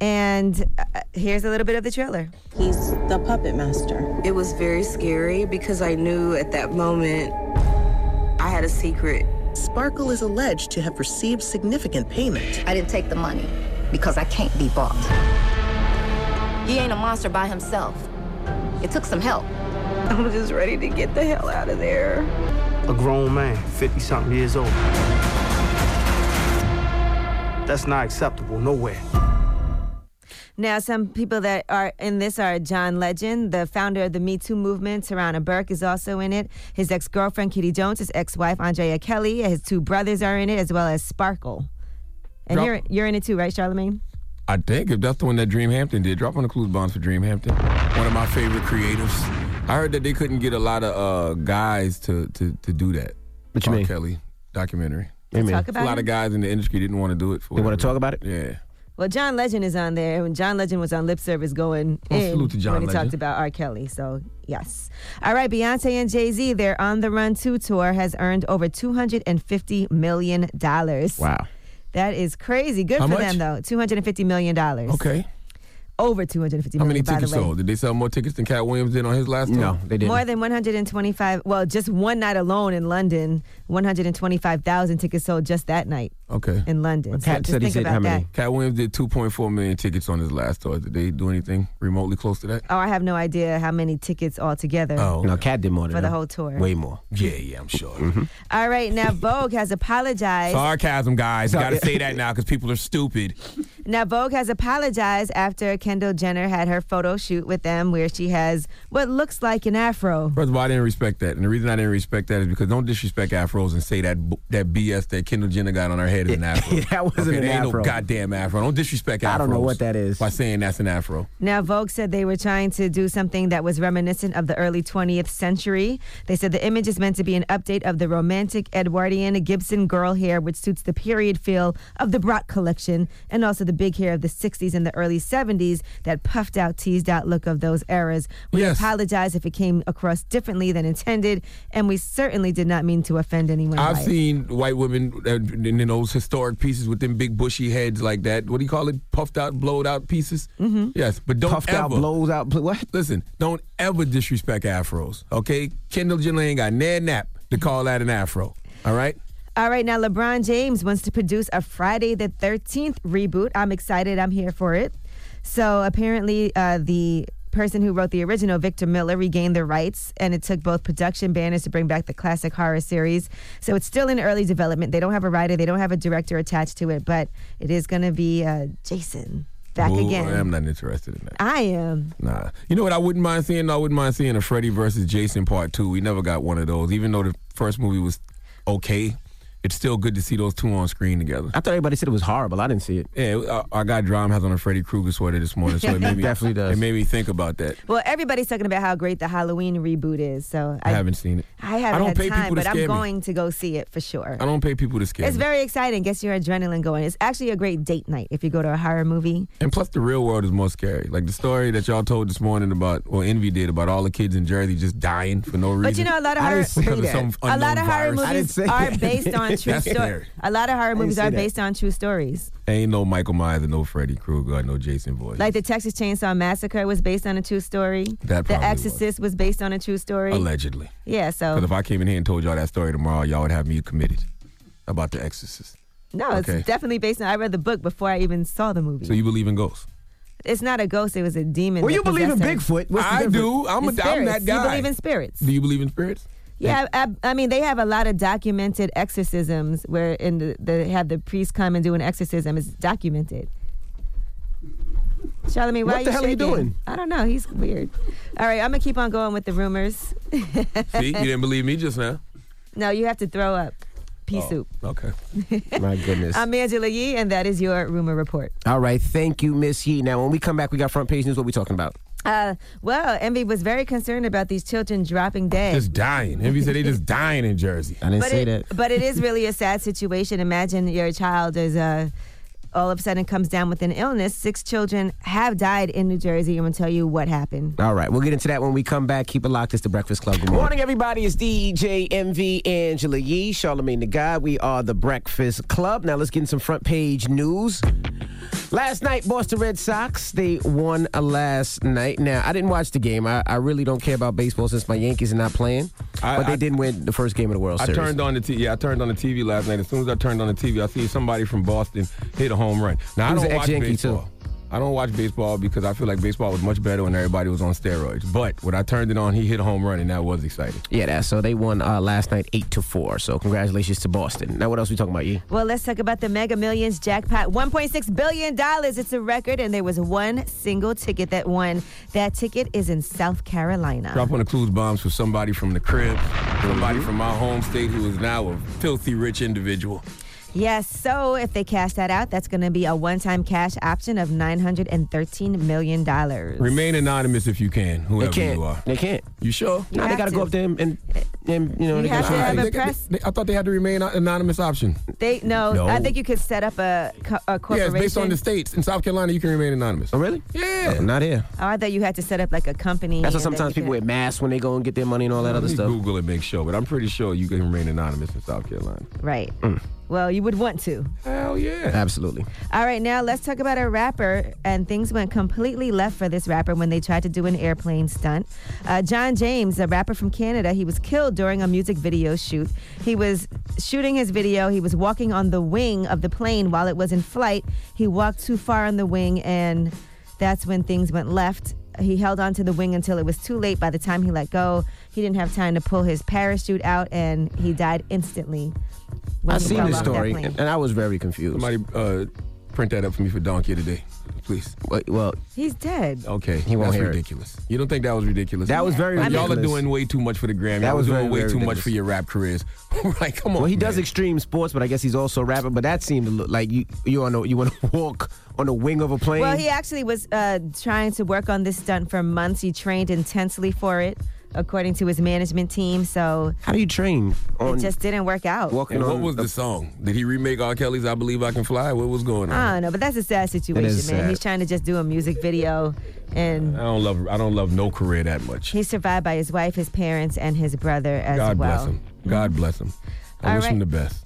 Speaker 6: And uh, here's a little bit of the trailer.
Speaker 13: He's the puppet master. It was very scary because I knew at that moment I had a secret.
Speaker 14: Sparkle is alleged to have received significant payment.
Speaker 15: I didn't take the money because I can't be bought. He ain't a monster by himself. It took some help.
Speaker 13: I'm just ready to get the hell out of there.
Speaker 14: A grown man, 50 something years old. That's not acceptable nowhere.
Speaker 6: Now, some people that are in this are John Legend, the founder of the Me Too movement. Tarana Burke is also in it. His ex girlfriend, Kitty Jones, his ex wife, Andrea Kelly, and his two brothers are in it, as well as Sparkle. And
Speaker 7: Drop-
Speaker 6: you're, you're in it too, right, Charlemagne?
Speaker 7: I think if that's the one that Dreamhampton did, drop on the clues bombs for Dreamhampton. One of my favorite creatives. I heard that they couldn't get a lot of uh, guys to, to to do that.
Speaker 3: What you
Speaker 7: R.
Speaker 3: mean?
Speaker 7: Kelly documentary.
Speaker 3: Amen.
Speaker 6: Talk
Speaker 7: A
Speaker 6: about
Speaker 7: lot of
Speaker 6: it.
Speaker 7: guys in the industry didn't want to do it. For
Speaker 3: You want
Speaker 7: whatever.
Speaker 3: to talk about it?
Speaker 7: Yeah.
Speaker 6: Well, John Legend is on there, and John Legend was on lip service going
Speaker 7: Well,
Speaker 6: in
Speaker 7: Oh, salute to John
Speaker 6: when he
Speaker 7: Legend.
Speaker 6: talked about R. Kelly. So yes, all right. Beyonce and Jay Z, their On the Run two tour has earned over two hundred and fifty million dollars.
Speaker 3: Wow.
Speaker 6: That is crazy. Good
Speaker 7: How
Speaker 6: for
Speaker 7: much?
Speaker 6: them though. Two hundred and fifty million dollars.
Speaker 7: Okay.
Speaker 6: Over two hundred fifty
Speaker 7: How many
Speaker 6: million. by
Speaker 7: tickets
Speaker 6: the way.
Speaker 7: sold? Did they sell more tickets than Cat Williams did on his last tour?
Speaker 3: No, they didn't.
Speaker 6: More than 125. Well, just one night alone in London, 125,000 tickets sold just that night
Speaker 7: Okay.
Speaker 6: in London. So
Speaker 3: Pat
Speaker 6: just
Speaker 3: said he
Speaker 6: think
Speaker 3: said
Speaker 6: about
Speaker 3: how
Speaker 6: that.
Speaker 3: many?
Speaker 7: Cat Williams did 2.4 million tickets on his last tour. Did they do anything remotely close to that?
Speaker 6: Oh, I have no idea how many tickets altogether.
Speaker 7: Oh,
Speaker 3: No, Cat did more than
Speaker 6: For the
Speaker 3: that.
Speaker 6: whole tour.
Speaker 3: Way more. Mm-hmm.
Speaker 7: yeah, yeah, I'm sure.
Speaker 6: All right, now Vogue has apologized.
Speaker 7: Sarcasm, guys. You gotta say that now because people are stupid.
Speaker 6: Now Vogue has apologized after Kendall Jenner had her photo shoot with them where she has what looks like an afro.
Speaker 7: First of all, I didn't respect that, and the reason I didn't respect that is because don't disrespect afros and say that bu- that BS that Kendall Jenner got on her head is an afro.
Speaker 3: that wasn't
Speaker 7: okay,
Speaker 3: an
Speaker 7: there ain't
Speaker 3: afro.
Speaker 7: no goddamn afro. Don't disrespect afros.
Speaker 3: I don't know what that is.
Speaker 7: By saying that's an afro.
Speaker 6: Now, Vogue said they were trying to do something that was reminiscent of the early 20th century. They said the image is meant to be an update of the romantic Edwardian Gibson girl hair, which suits the period feel of the Brock collection, and also the big hair of the 60s and the early 70s, that puffed out, teased out look of those eras. We
Speaker 7: Yes.
Speaker 6: apologize if it came across differently than intended, and we certainly did not mean to offend anyone.
Speaker 7: I've
Speaker 6: by it.
Speaker 7: seen white women uh, in in those historic pieces with them big bushy heads like that. What do you call it? Puffed out, blowed out pieces. Mm-hmm. Yes, but don't
Speaker 3: Puffed
Speaker 7: ever
Speaker 3: out, blows out. bl- What?
Speaker 7: Listen, don't ever disrespect afros. Okay, Kendall Jenner ain't got nan nap to call that an afro. All right.
Speaker 6: All right, now LeBron James wants to produce a Friday the 13th reboot. I'm excited. I'm here for it. So apparently, uh, the person who wrote the original, Victor Miller, regained the rights, and it took both production banners to bring back the classic horror series. So it's still in early development. They don't have a writer, they don't have a director attached to it, but it is going to be uh, Jason back
Speaker 7: Ooh,
Speaker 6: again.
Speaker 7: I'm not interested in that.
Speaker 6: I am.
Speaker 7: Nah. You know what I wouldn't mind seeing? I wouldn't mind seeing a Freddy versus Jason part two. We never got one of those. Even though the first movie was okay, it's still good to see those two on screen together.
Speaker 3: I thought everybody said it was horrible. I didn't see it.
Speaker 7: Yeah, our, our guy Drum has on a Freddy Krueger sweater this morning, so it made me,
Speaker 3: Definitely does.
Speaker 7: It made me think about that.
Speaker 6: Well, everybody's talking about how great the Halloween reboot is. So
Speaker 7: I,
Speaker 6: I,
Speaker 7: haven't seen it.
Speaker 6: I haven't
Speaker 7: I don't
Speaker 6: had
Speaker 7: pay
Speaker 6: time,
Speaker 7: people to
Speaker 6: but I'm
Speaker 7: scare me.
Speaker 6: going to go see it for sure.
Speaker 7: I don't pay people to scare
Speaker 6: It's
Speaker 7: me.
Speaker 6: very exciting. Gets your adrenaline going. It's actually a great date night if you go to a horror movie.
Speaker 7: and plus, the real world is more scary. Like the story that y'all told this morning about, or Envy did about all the kids in Jersey just dying for no reason.
Speaker 6: But you know, a lot of
Speaker 7: I
Speaker 6: horror,
Speaker 7: didn't say that.
Speaker 6: a lot of horror
Speaker 7: virus.
Speaker 6: movies are based on true
Speaker 7: That's
Speaker 6: stories.
Speaker 7: scary.
Speaker 6: A lot of horror
Speaker 7: didn't
Speaker 6: movies
Speaker 7: say
Speaker 6: are
Speaker 7: that.
Speaker 6: based on true stories.
Speaker 7: Ain't no Michael Myers and no Freddy Krueger and no Jason Voorhees.
Speaker 6: Like the Texas Chainsaw Massacre was based on a true story.
Speaker 7: That
Speaker 6: the
Speaker 7: probably was.
Speaker 6: Exorcist was. based on a true story.
Speaker 7: Allegedly.
Speaker 6: Yeah. So
Speaker 7: Because if I came in here and told y'all that story tomorrow, y'all would have me committed about the Exorcist.
Speaker 6: no,
Speaker 7: Okay.
Speaker 6: it's definitely based on. I read the book before I even saw the movie.
Speaker 7: So you believe in ghosts?
Speaker 6: it's not a ghost. It was a demon.
Speaker 3: Well,
Speaker 6: that
Speaker 3: you believe in
Speaker 6: possessed her.
Speaker 3: Bigfoot. What's the
Speaker 7: I
Speaker 3: difference?
Speaker 7: do. I'm, a,
Speaker 6: And
Speaker 7: I'm that
Speaker 6: spirits.
Speaker 7: guy.
Speaker 6: You believe in spirits.
Speaker 7: Do you believe in spirits?
Speaker 6: Yeah, I, I mean they have a lot of documented exorcisms where in the, they have the priest come and do an exorcism. It's documented. Charlamagne, why
Speaker 3: What
Speaker 6: are
Speaker 3: the hell are you
Speaker 6: shaking?
Speaker 3: doing?
Speaker 6: I don't know. He's weird. All right, I'm gonna keep on going with the rumors.
Speaker 7: See, you didn't believe me just now.
Speaker 6: no, you have to throw up pea
Speaker 7: Oh,
Speaker 6: soup.
Speaker 7: Okay.
Speaker 3: My goodness.
Speaker 6: I'm Angela Yee, and that is your rumor report.
Speaker 3: All right. Thank you, Miss Yee. Now, when we come back, we got front page news. What we talking about?
Speaker 6: Uh, well, Envy was very concerned about these children dropping dead.
Speaker 7: Just dying. Envy said they just dying in Jersey.
Speaker 3: I didn't
Speaker 6: but it, but it is really a sad situation. Imagine your child is uh, all of a sudden comes down with an illness. Six children have died in New Jersey. I'm gonna tell you what happened.
Speaker 3: All right. We'll get into that when we come back. Keep it locked. It's the Breakfast Club. Good morning, everybody. It's DJ MV Angela Yee, Charlemagne the Guy. We are the Breakfast Club. Now, let's get in some front page news. Last night, Boston Red Sox, they won uh, last night. Now, I didn't watch the game. I, I really don't care about baseball since my Yankees are not playing.
Speaker 7: I-
Speaker 3: but they
Speaker 7: I-
Speaker 3: didn't win the first game of the World
Speaker 7: I
Speaker 3: Series.
Speaker 7: turned on the TV. Yeah, I turned on the TV last night. As soon as I turned on the TV, I see somebody from Boston hit a home run. Now
Speaker 3: He
Speaker 7: I
Speaker 3: was
Speaker 7: don't
Speaker 3: an
Speaker 7: watch
Speaker 3: ex-Yankee,
Speaker 7: baseball. I don't watch baseball because I feel like baseball was much better when everybody was on steroids. But when I turned it on, he hit a home run, and that was exciting.
Speaker 3: Yeah, that, so they won uh, last night eight to four. So congratulations to Boston. Now, what else we talking about, Yee?
Speaker 6: Well, let's talk about the Mega Millions jackpot. $1.6 billion. It's a record, and there was one single ticket that won. That ticket is in South Carolina.
Speaker 7: Drop on the clues bombs for somebody from the crib,
Speaker 3: Mm-hmm.
Speaker 7: somebody from my home state who is now a filthy rich individual.
Speaker 6: Yes, so if they cash that out, that's going to be a one time cash option of $913 million.
Speaker 7: Remain anonymous if you can, whoever
Speaker 3: can't.
Speaker 7: you are.
Speaker 3: They can't.
Speaker 7: You sure?
Speaker 6: You
Speaker 3: Nah, they
Speaker 6: have
Speaker 3: gotta
Speaker 6: to.
Speaker 3: go up there and, and, and, you know
Speaker 6: You
Speaker 3: they
Speaker 6: have
Speaker 3: gotta-
Speaker 6: to have a
Speaker 7: They-
Speaker 6: press.
Speaker 7: they- I thought they had to remain an anonymous option.
Speaker 6: They no,
Speaker 7: No.
Speaker 6: I think you could set up a, co- a
Speaker 7: Yeah, it's
Speaker 6: corporation.
Speaker 7: based on the states. In South Carolina, you can remain anonymous. Oh,
Speaker 3: really?
Speaker 7: Yeah.
Speaker 3: Oh, not here.
Speaker 6: Oh, I thought you had to set up like a company.
Speaker 3: That's why
Speaker 6: and then
Speaker 3: sometimes
Speaker 6: you
Speaker 3: people
Speaker 6: could-
Speaker 3: wear masks when they go and get their money and all that other
Speaker 7: Let me
Speaker 3: stuff.
Speaker 7: Google and make sure, but I'm pretty sure you can remain anonymous in South Carolina.
Speaker 6: Right. Well, you would want to.
Speaker 7: Hell yeah.
Speaker 3: Mm. Absolutely.
Speaker 6: All right, now let's talk about a rapper. And things went completely left for this rapper when they tried to do an airplane stunt. Uh, John James, a rapper from Canada, he was killed during a music video shoot. He was shooting his video. He was walking on the wing of the plane while it was in flight. He walked too far on the wing, and that's when things went left. He held onto the wing until it was too late. By the time he let go, he didn't have time to pull his parachute out, and he died instantly. when
Speaker 3: I
Speaker 6: he
Speaker 3: seen
Speaker 6: fell
Speaker 3: this
Speaker 6: off that
Speaker 3: story
Speaker 6: plane.
Speaker 3: and I was very confused.
Speaker 7: Somebody uh, print that up for me for Donkey today, please.
Speaker 3: Well,
Speaker 6: He's dead.
Speaker 7: okay,
Speaker 3: He won't
Speaker 7: that's
Speaker 3: hear it.
Speaker 7: ridiculous. You don't think that was ridiculous?
Speaker 3: That was very
Speaker 7: Y'all
Speaker 3: ridiculous.
Speaker 7: are doing way too much for the Grammy.
Speaker 3: That
Speaker 7: Y'all
Speaker 3: was
Speaker 7: doing
Speaker 3: very,
Speaker 7: way
Speaker 3: very
Speaker 7: too much
Speaker 3: ridiculous.
Speaker 7: for your rap careers. right, come on.
Speaker 3: Well, he does extreme sports, but I guess he's also a rapper. But that seemed to look like you you on a, you want to walk on the wing of a plane.
Speaker 6: Well, he actually was uh, trying to work on this stunt for months. He trained intensely for it, according to his management team. So
Speaker 3: How do you train
Speaker 6: it just didn't work out.
Speaker 7: And Oh, what was the song? Did he remake R. Kelly's "I Believe I Can Fly"? What was going on?
Speaker 6: I don't know, but that's a sad situation, man.
Speaker 7: is sad.
Speaker 6: He's trying to just do a music video, and
Speaker 7: I don't love. I don't love no career that much.
Speaker 6: he's survived by his wife, his parents, and his brother as
Speaker 7: God
Speaker 6: well.
Speaker 7: bless him. God bless him. I
Speaker 6: All
Speaker 7: wish him
Speaker 6: right.
Speaker 7: the best.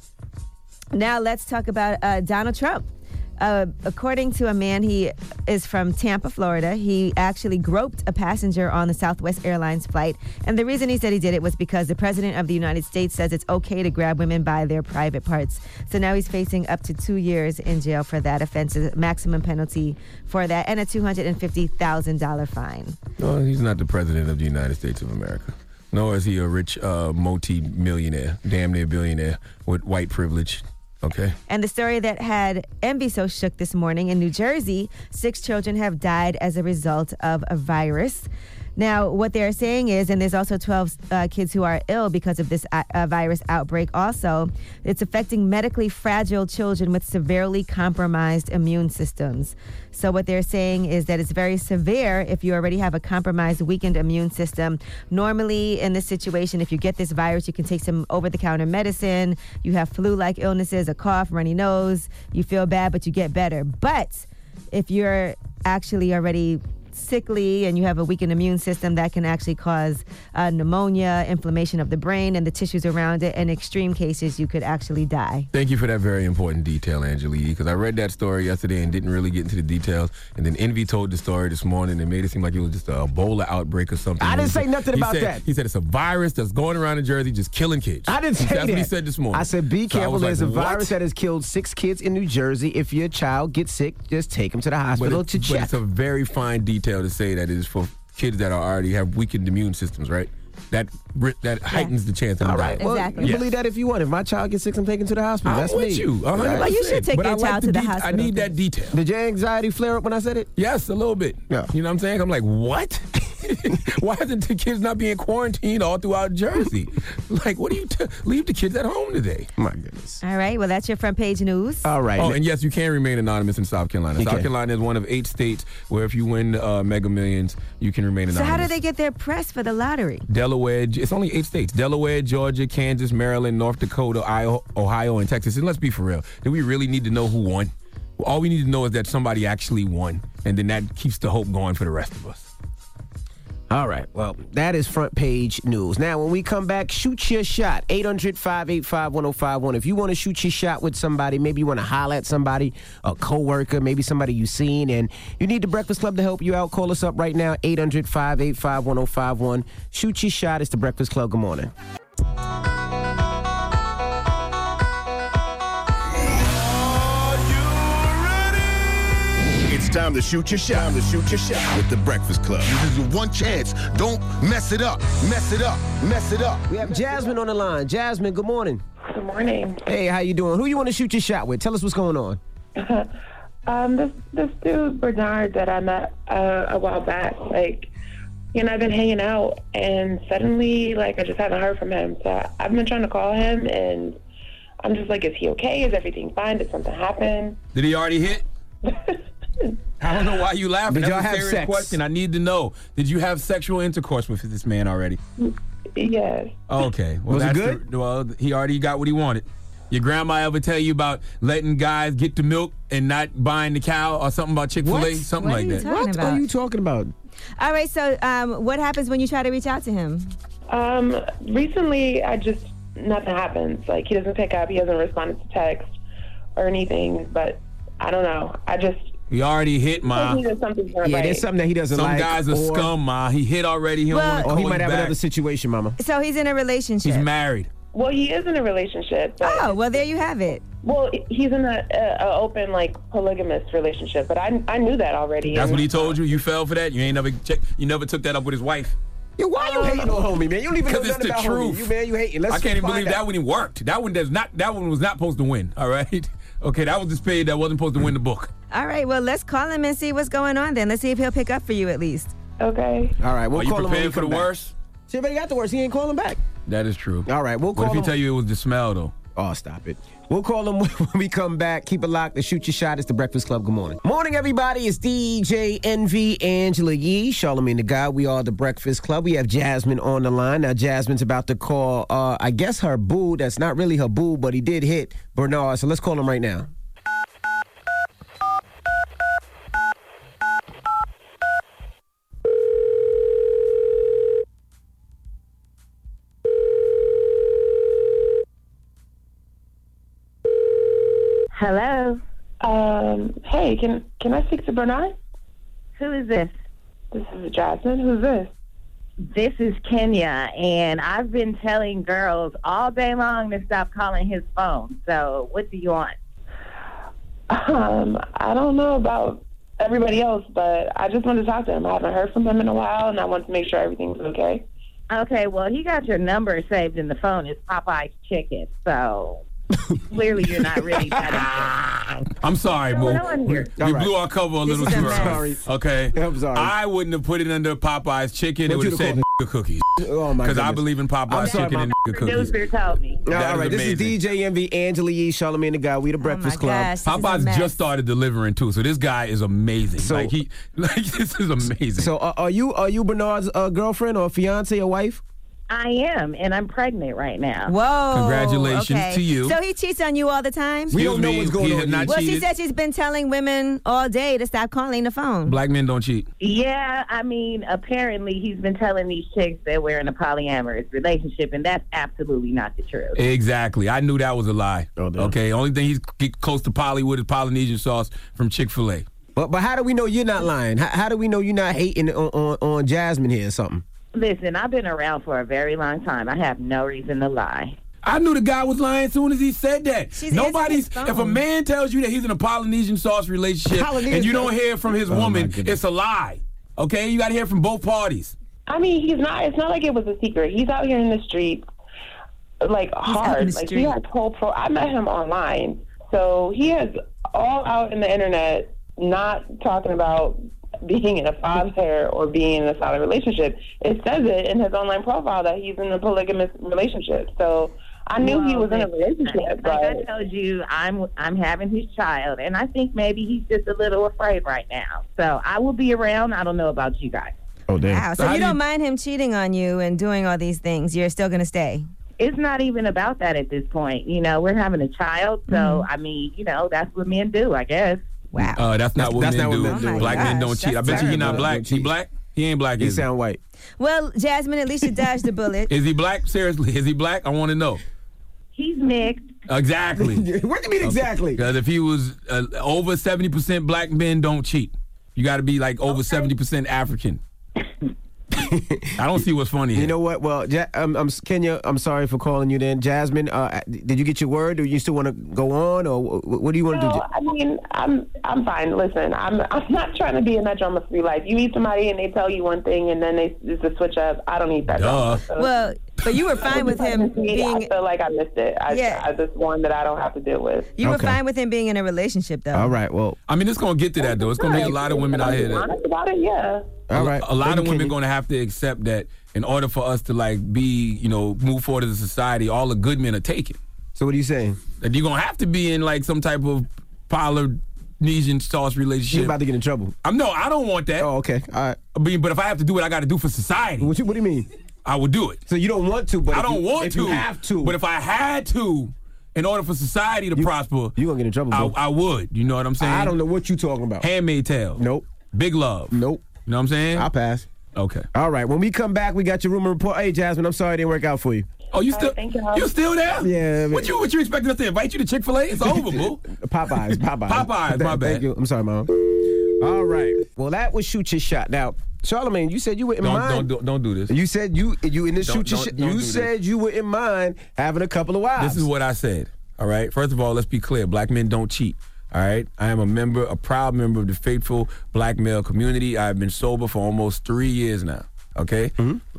Speaker 6: Now let's talk about uh, Donald Trump. Uh, according to a man, he is from Tampa, Florida. He actually groped a passenger on the Southwest Airlines flight. And the reason he said he did it was because the President of the United States says it's okay to grab women by their private parts. So now he's facing up to two years in jail for that offense, a maximum penalty for that, and a $250,000 fine.
Speaker 7: No, he's not the president of the United States of America. Nor is he a rich uh, multi-millionaire, damn near billionaire with white privilege. Okay.
Speaker 6: And the story that had envy so shook this morning in New Jersey, six children have died as a result of a virus. Now, what they're saying is, and there's also 12 uh, kids who are ill because of this uh, uh, virus outbreak, also, it's affecting medically fragile children with severely compromised immune systems. So, what they're saying is that it's very severe if you already have a compromised, weakened immune system. Normally, in this situation, if you get this virus, you can take some over the counter medicine. You have flu like illnesses, a cough, runny nose. You feel bad, but you get better. But if you're actually already sickly and you have a weakened immune system that can actually cause uh, pneumonia inflammation of the brain and the tissues around it in extreme cases you could actually die
Speaker 7: Thank you for that very important detail, Angela because I read that story yesterday and didn't really get into the details. And then Envy told the story this morning and made it seem like it was just a Ebola outbreak or something.
Speaker 3: I didn't
Speaker 7: He
Speaker 3: say
Speaker 7: said-
Speaker 3: nothing
Speaker 7: he
Speaker 3: about
Speaker 7: said-
Speaker 3: that.
Speaker 7: He said it's a virus that's going around in Jersey just killing kids.
Speaker 3: I didn't say
Speaker 7: That's
Speaker 3: that.
Speaker 7: what he said this morning.
Speaker 3: I said, be
Speaker 7: So I
Speaker 3: careful.
Speaker 7: was like,
Speaker 3: There's a
Speaker 7: "What?"
Speaker 3: virus that has killed six kids in New Jersey. If your child gets sick, just take him to the hospital
Speaker 7: it-
Speaker 3: to check.
Speaker 7: it's a very fine detail to say that it is for kids that are already have weakened immune systems, right? That ri- that heightens the chance of
Speaker 3: All
Speaker 7: dying.
Speaker 3: right. Well, you
Speaker 7: Yes.
Speaker 3: believe that if you want. If my child gets sick, I'm taking to the hospital.
Speaker 7: I'm
Speaker 3: That's
Speaker 7: with
Speaker 3: me.
Speaker 7: you. a hundred
Speaker 3: Right?
Speaker 7: percent. But I like det- I need that detail.
Speaker 3: Did your anxiety flare up when I said it?
Speaker 7: Yes, a little bit. Yeah. You know what I'm saying? I'm like, what? Why isn't the kids not being quarantined all throughout Jersey? like, what do you t- leave the kids at home today?
Speaker 3: My goodness.
Speaker 6: all right well that's your front page news
Speaker 3: All right.
Speaker 7: Oh, and yes, you can remain anonymous in South Carolina.
Speaker 3: You
Speaker 7: South
Speaker 3: can.
Speaker 7: Carolina is one of eight states where if you win uh, Mega Millions, you can remain anonymous.
Speaker 6: so how do they get their press for the lottery
Speaker 7: Delaware. It's only eight states: Delaware, Georgia, Kansas, Maryland, North Dakota, Iowa, Ohio, and Texas. And let's be for real: do we really need to know who won? All we need to know is that somebody actually won, and then that keeps the hope going for the rest of us.
Speaker 3: All right. Well, that is front page news. Now, when we come back, shoot your shot. 800 585 1051. If you want to shoot your shot with somebody, maybe you want to holler at somebody, a coworker, maybe somebody you've seen, and you need the Breakfast Club to help you out, call us up right now. 800 585 1051. Shoot your shot. It's the Breakfast Club. Good morning.
Speaker 5: It's time to shoot your shot. Time to shoot your shot with the Breakfast Club. This is your one chance. Don't mess it up. Mess it up. Mess it up.
Speaker 3: We have Jasmine on the line. Jasmine, good morning.
Speaker 11: Good morning.
Speaker 3: Hey, how you doing? Who you want to shoot your shot with? Tell us what's going on.
Speaker 11: Um, this this dude Bernard that I met uh, a while back, like, you know, I've been hanging out, and suddenly, like, I just haven't heard from him. So I've been trying to call him, and I'm just like, is he okay? Is everything fine? Did something happen?
Speaker 7: Did he already hit? I don't know why you laughing.
Speaker 11: Did
Speaker 7: That's
Speaker 11: y'all
Speaker 7: a
Speaker 11: have
Speaker 7: serious
Speaker 11: sex?
Speaker 7: question. I need to know. Did you have sexual intercourse with this man already?
Speaker 11: Yes.
Speaker 7: Oh, Okay.
Speaker 11: Was it
Speaker 7: that's
Speaker 11: good?
Speaker 7: the- well, he already got what he wanted. Your grandma ever tell you about letting guys get the milk and not buying the cow or something about Chick Fil A,
Speaker 6: What?
Speaker 7: something
Speaker 6: What are
Speaker 7: like
Speaker 6: you
Speaker 7: that?
Speaker 6: talking What about? are you
Speaker 3: talking about?
Speaker 6: all right so um, what happens when you try to reach out to him
Speaker 11: Um, recently, I just nothing happens. Like he doesn't pick up, he hasn't responded to text or anything. But I don't know. I just
Speaker 7: He already hit
Speaker 11: I
Speaker 7: ma.
Speaker 11: think that something's not right.
Speaker 3: that he doesn't
Speaker 7: Some
Speaker 3: like,
Speaker 7: guys are
Speaker 3: or-
Speaker 7: scum, ma. He hit already. He don't
Speaker 11: Well-
Speaker 7: wanna
Speaker 3: Or he
Speaker 7: call
Speaker 3: might
Speaker 7: you
Speaker 3: have
Speaker 7: back.
Speaker 3: another situation, mama.
Speaker 6: so he's in a relationship
Speaker 7: He's married.
Speaker 11: Well, he is in a relationship. But
Speaker 6: oh well there you have it
Speaker 11: well, he's in a, a, a open like polygamous relationship. But I I knew that already.
Speaker 7: That's what he told you. You fell for that. You ain't never check. You never took that up with his wife.
Speaker 3: Yo, why you hating on homie, man? You don't even know
Speaker 7: Because it's
Speaker 3: nothing
Speaker 7: the
Speaker 3: about homie.
Speaker 7: truth.
Speaker 3: You man, you hating. Let's
Speaker 7: I can't even
Speaker 3: find
Speaker 7: believe
Speaker 3: out.
Speaker 7: that one even worked. That one does not. That one was not supposed to win. All right. Okay, that was the spade that wasn't supposed to win the book.
Speaker 6: All right, well, let's call him and see what's going on then. Let's see if he'll pick up for you at least.
Speaker 11: Okay.
Speaker 3: All right, we'll
Speaker 7: Are you
Speaker 3: call him when
Speaker 7: prepared
Speaker 3: we
Speaker 7: for the
Speaker 3: come back.
Speaker 7: worst?
Speaker 3: See, but he got the worst. He ain't calling back.
Speaker 7: That is true.
Speaker 3: All right, we'll
Speaker 7: What
Speaker 3: call
Speaker 7: if he
Speaker 3: him.
Speaker 7: tell you it was the smell though?
Speaker 3: Oh, stop it. We'll call him when we come back. Keep it locked and shoot your shot. It's the Breakfast Club. Good morning. Morning, everybody. It's DJ NV Angela Yee, Charlemagne the Guy. We are the Breakfast Club. We have Jasmine on the line. Now, Jasmine's about to call, uh, I guess, her boo. That's not really her boo, but he did hit Bernard. So let's call him right now.
Speaker 11: Hello. Um, hey, can can I speak to Bernard? Who is this? This is Jasmine. Who's this?
Speaker 10: This is Kenya, and I've been telling girls all day long to stop calling his phone. So, what do you want?
Speaker 11: Um, I don't know about everybody else, but I just wanted to talk to him. I haven't heard from him in a while, and I want to make sure everything's okay.
Speaker 10: Okay, well, he got your number saved in the phone. It's Popeye's Chicken. So, clearly, you're not really
Speaker 7: I'm sorry, boo.
Speaker 10: What's going on
Speaker 7: We,
Speaker 10: here?
Speaker 7: we blew our cover a little
Speaker 10: is a
Speaker 7: too
Speaker 10: mess.
Speaker 7: early. Okay. I'm sorry. I wouldn't have put it under Popeye's chicken.
Speaker 3: What
Speaker 7: it would
Speaker 3: you
Speaker 7: have said
Speaker 3: call-
Speaker 7: nigga cookies.
Speaker 3: Oh my
Speaker 7: Because I
Speaker 3: goodness.
Speaker 7: believe in
Speaker 3: I'm
Speaker 7: Popeye's
Speaker 3: sorry,
Speaker 7: chicken
Speaker 3: my
Speaker 7: and nigga cookies.
Speaker 10: producer told me.
Speaker 7: That
Speaker 3: All
Speaker 7: is
Speaker 3: right, this is
Speaker 7: amazing.
Speaker 3: DJ NV Angela Yee, Charlemagne the Guy. We the Breakfast Club.
Speaker 7: Popeye's just started delivering too, so this guy is amazing.
Speaker 3: So-
Speaker 7: like he, like this is amazing.
Speaker 3: So, uh, are you are you Bernard's uh, girlfriend or fiance or wife?
Speaker 10: I am, and I'm pregnant right now.
Speaker 6: Whoa.
Speaker 7: Congratulations
Speaker 6: okay.
Speaker 7: to you.
Speaker 6: So he cheats on you all the time?
Speaker 7: We don't Excuse know me, what's going he on has here. not
Speaker 6: well, she
Speaker 7: cheated.
Speaker 6: said she's been telling women all day to stop calling the phone.
Speaker 7: Black men don't cheat.
Speaker 10: Yeah, I mean, apparently he's been telling these chicks that we're in a polyamorous relationship, and that's absolutely not the truth.
Speaker 7: Exactly. I knew that was a lie.
Speaker 3: Oh,
Speaker 7: okay. Only thing he's get close to Polly with is Polynesian sauce from Chick Fil A.
Speaker 3: But but how do we know you're not lying? How, how do we know you're not hating on, on, on Jasmine here or something?
Speaker 10: Listen, I've been around for a very long time. I have no reason to lie.
Speaker 7: I knew the guy was lying as soon as he said that.
Speaker 10: She's
Speaker 7: Nobody's.
Speaker 10: answering his
Speaker 7: If a
Speaker 10: phone.
Speaker 7: man tells you that he's in a Polynesian sauce relationship
Speaker 10: Polynesian.
Speaker 7: and you don't hear from
Speaker 3: Oh,
Speaker 7: his woman, it's a lie. Okay, you got to hear from both parties.
Speaker 11: I mean, he's not. It's not like it was a secret. He's out here in the street, like
Speaker 7: out in
Speaker 11: hard.
Speaker 7: the
Speaker 11: like
Speaker 7: street.
Speaker 11: he has whole pro. I met him online, so he is all out in the internet, not talking about being in a father or being in a solid relationship. It says it in his online profile that he's in a polygamous relationship. So I knew he
Speaker 10: Well,
Speaker 11: was in a
Speaker 10: listen,
Speaker 11: relationship,
Speaker 10: Like
Speaker 11: but
Speaker 10: I told you, I'm I'm having his child, and I think maybe he's just a little afraid right now. So I will be around. I don't know about you guys.
Speaker 3: Oh damn!
Speaker 6: Wow. So you don't mind him cheating on you and doing all these things. You're still going to stay.
Speaker 10: It's not even about that at this point. You know, we're having a child, so
Speaker 6: Mm-hmm.
Speaker 10: I mean, you know, that's what men do, I guess.
Speaker 6: Wow.
Speaker 7: Uh, that's not
Speaker 3: That's-
Speaker 7: what
Speaker 3: that's
Speaker 7: men
Speaker 3: not what
Speaker 7: do.
Speaker 3: men do. Oh my
Speaker 7: black men
Speaker 3: gosh,
Speaker 7: don't cheat. I
Speaker 3: that's
Speaker 7: bet you he not
Speaker 3: terrible.
Speaker 7: black. He black? He ain't black. He
Speaker 3: sound white.
Speaker 6: Well, Jasmine, at least you dodged the bullet.
Speaker 7: Is he black? Seriously, is he black? I want to know.
Speaker 10: He's mixed.
Speaker 7: Exactly.
Speaker 3: what do you mean exactly?
Speaker 7: Because if he was uh, over seventy percent black, men don't cheat. You got to be like over seventy percent African. I don't see what's funny.
Speaker 3: You know what? Well, ja- um, I'm Kenya. I'm sorry for calling you. Then Jasmine, uh, did you get your word? Do you still want to go on, or wh- what do you want to do?
Speaker 11: No, I mean, I'm I'm fine. Listen, I'm I'm not trying to be in that drama free life. You meet somebody and they tell you one thing and then they just a switch up. I don't need that. drama. So-
Speaker 6: Well, but you were fine with him
Speaker 11: I
Speaker 6: being.
Speaker 11: feel like I missed it. I,
Speaker 6: Yeah.
Speaker 11: I just one that I don't have to deal with.
Speaker 6: You were fine with him being in a relationship, though.
Speaker 3: All right. Well,
Speaker 7: I mean, it's gonna get to that though. It's gonna be a lot of women out here. That,
Speaker 11: about it, yeah.
Speaker 3: All right.
Speaker 7: A lot of women going to have to accept that in order for us to like be, you know, move forward as a society, all the good men are taken.
Speaker 3: So what are you saying?
Speaker 7: That you're gonna have to be in like some type of Polynesian sauce relationship.
Speaker 3: You're about to get in trouble.
Speaker 7: I'm no, I don't want that.
Speaker 3: Oh, okay. All right.
Speaker 7: I mean, but if I have to do what I got to do for society,
Speaker 3: what, you, what do you mean?
Speaker 7: I would do it.
Speaker 3: So you don't want to, but
Speaker 7: I
Speaker 3: if
Speaker 7: don't
Speaker 3: you-
Speaker 7: want
Speaker 3: if
Speaker 7: to.
Speaker 3: you have to.
Speaker 7: but if I had to, in order for society to prosper, you
Speaker 3: gonna get in trouble.
Speaker 7: I,
Speaker 3: bro.
Speaker 7: I would. You know what I'm saying?
Speaker 3: I don't know what you talking about.
Speaker 7: Handmaid Tale.
Speaker 3: Nope.
Speaker 7: Big Love.
Speaker 3: Nope.
Speaker 7: You know what I'm saying? I
Speaker 3: pass.
Speaker 7: Okay.
Speaker 3: All right. When we come back, we got your rumor report. Hey, Jasmine, I'm sorry it didn't work out for you.
Speaker 7: Oh, you still you still there?
Speaker 3: Yeah.
Speaker 7: What you what you expecting us to invite you to Chick Fil A? It's over, boo.
Speaker 3: Popeyes. Popeyes.
Speaker 7: Popeyes, my
Speaker 3: Th-
Speaker 7: bad.
Speaker 3: Thank you. I'm sorry, mom. All right. Well, that was shoot your shot. Now, Charlemagne, you said you were in
Speaker 7: Don't-
Speaker 3: mind.
Speaker 7: don't- don't do this.
Speaker 3: You said you you in this
Speaker 7: Don't-
Speaker 3: shoot your
Speaker 7: don't-
Speaker 3: shot.
Speaker 7: don't do
Speaker 3: You
Speaker 7: this.
Speaker 3: said you were in mind having a couple of wives.
Speaker 7: This is what I said. All right. First of all, let's be clear. Black men don't cheat. All right. I am a member, a proud member of the faithful black male community. I've been sober for
Speaker 3: Mm-hmm.
Speaker 7: almost three years now. Okay.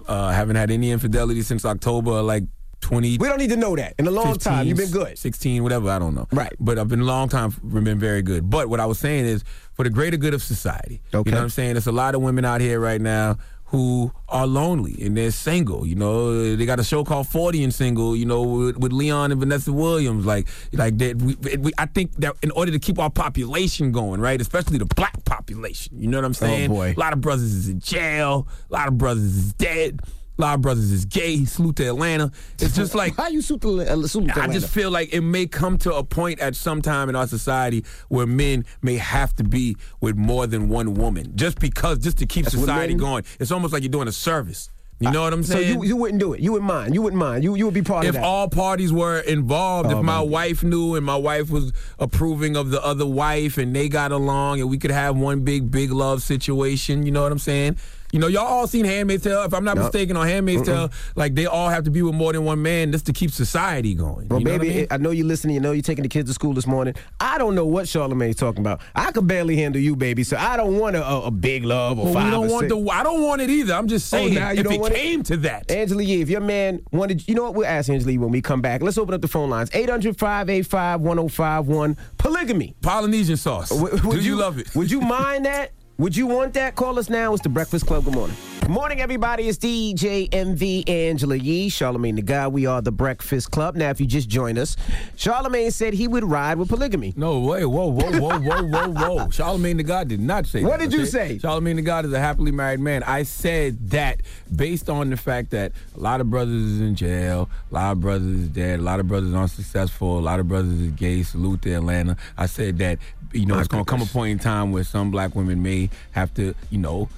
Speaker 7: Uh, haven't had any infidelity since October, like 20.
Speaker 3: We don't need to know that. In a long time, you've been good.
Speaker 7: 16, whatever, I don't know.
Speaker 3: Right.
Speaker 7: But I've been a long time, been very good. But what I was saying is, for the greater good of society.
Speaker 3: Okay.
Speaker 7: You know what I'm saying? There's a lot of women out here right now who are lonely and they're single. You know, they got a show called 40 and Single, you know, with, with Leon and Vanessa Williams. Like, like that. We, we, I think that in order to keep our population going, right, especially the black population, you know what I'm saying?
Speaker 3: Oh, boy.
Speaker 7: A lot of brothers is in jail. A lot of brothers is dead. A lot of brothers is gay. He salute to Atlanta. It's just like
Speaker 3: how you salute to,
Speaker 7: I
Speaker 3: Atlanta?
Speaker 7: just feel like it may come to a point at some time in our society where men may have to be with more than one woman just because just to keep
Speaker 3: That's what
Speaker 7: society
Speaker 3: men-
Speaker 7: going. It's almost like you're doing a service. You know what I'm
Speaker 3: So
Speaker 7: saying?
Speaker 3: you, you wouldn't do it. You wouldn't mind. You wouldn't mind. You you would be part
Speaker 7: if
Speaker 3: of that.
Speaker 7: all parties were involved,
Speaker 3: Oh,
Speaker 7: if my
Speaker 3: my God.
Speaker 7: wife knew and my wife was approving of the other wife and they got along and we could have one big, big love situation, you know what I'm saying? You know, y'all all seen Handmaid's Tale. If I'm not
Speaker 3: Nope.
Speaker 7: mistaken, on Handmaid's Tale, like they all have to be with more than one man just to keep society going.
Speaker 3: Well,
Speaker 7: you know
Speaker 3: baby,
Speaker 7: what I mean?
Speaker 3: I know you're listening. You know you're taking the kids to school this morning. I don't know what Charlamagne's talking about. I could barely handle you, baby. So I don't want a, a, a big love or
Speaker 7: Well, we
Speaker 3: five.
Speaker 7: don't
Speaker 3: or
Speaker 7: want
Speaker 3: six. Oh,
Speaker 7: the- I don't want it either. I'm just saying, if it came to that,
Speaker 3: Angela Yee, if your man wanted, you know what? We'll ask Angela Yee when we come back. Let's open up the phone lines. 800-585-1051. Polygamy.
Speaker 7: Polynesian sauce. Do you love it?
Speaker 3: Would you mind that? Would you want that? Call us now. It's the Breakfast Club. Good morning. Good morning, everybody. It's DJ MV Angela Yee, Charlemagne the Guy. We are the Breakfast Club. Now, if you just joined us, Charlemagne said he would ride with polygamy.
Speaker 7: No, wait, whoa, whoa, whoa, whoa, whoa, whoa. Charlemagne the God did not say
Speaker 3: What
Speaker 7: that,
Speaker 3: did you
Speaker 7: okay?
Speaker 3: say?
Speaker 7: Charlemagne the God is a happily married man. I said that based on the fact that a lot of brothers is in jail, a lot of brothers is dead, a lot of brothers unsuccessful, a lot of brothers is gay. Salute to Atlanta. I said that, you know, it's going to come a point in time where some black women may have to, you know,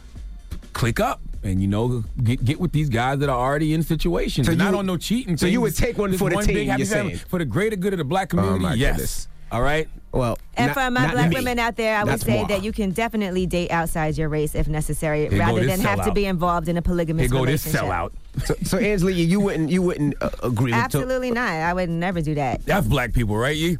Speaker 7: click up. And you know, get get with these guys that are already in situations.
Speaker 3: So
Speaker 7: and I
Speaker 3: you-
Speaker 7: don't know cheating.
Speaker 3: so you
Speaker 7: things.
Speaker 3: would take one
Speaker 7: This
Speaker 3: for the
Speaker 7: big
Speaker 3: team,
Speaker 7: happy
Speaker 3: you're
Speaker 7: family.
Speaker 3: saying? Oh,
Speaker 7: for the greater good of the black community.
Speaker 3: my
Speaker 7: yes.
Speaker 3: goodness.
Speaker 7: All right.
Speaker 3: Well,
Speaker 6: And for my black women out there, I would
Speaker 7: That's
Speaker 6: say
Speaker 7: moi.
Speaker 6: that you can definitely date outside your race if necessary,
Speaker 3: Here go
Speaker 6: rather
Speaker 3: this
Speaker 6: than have to
Speaker 3: sellout.
Speaker 6: be involved in a polygamous
Speaker 3: Here go this
Speaker 6: relationship.
Speaker 3: sellout. So, so Angela, Yee, you wouldn't you wouldn't uh, agree with to-
Speaker 6: Absolutely not. I would never do that.
Speaker 7: F black people, right? You?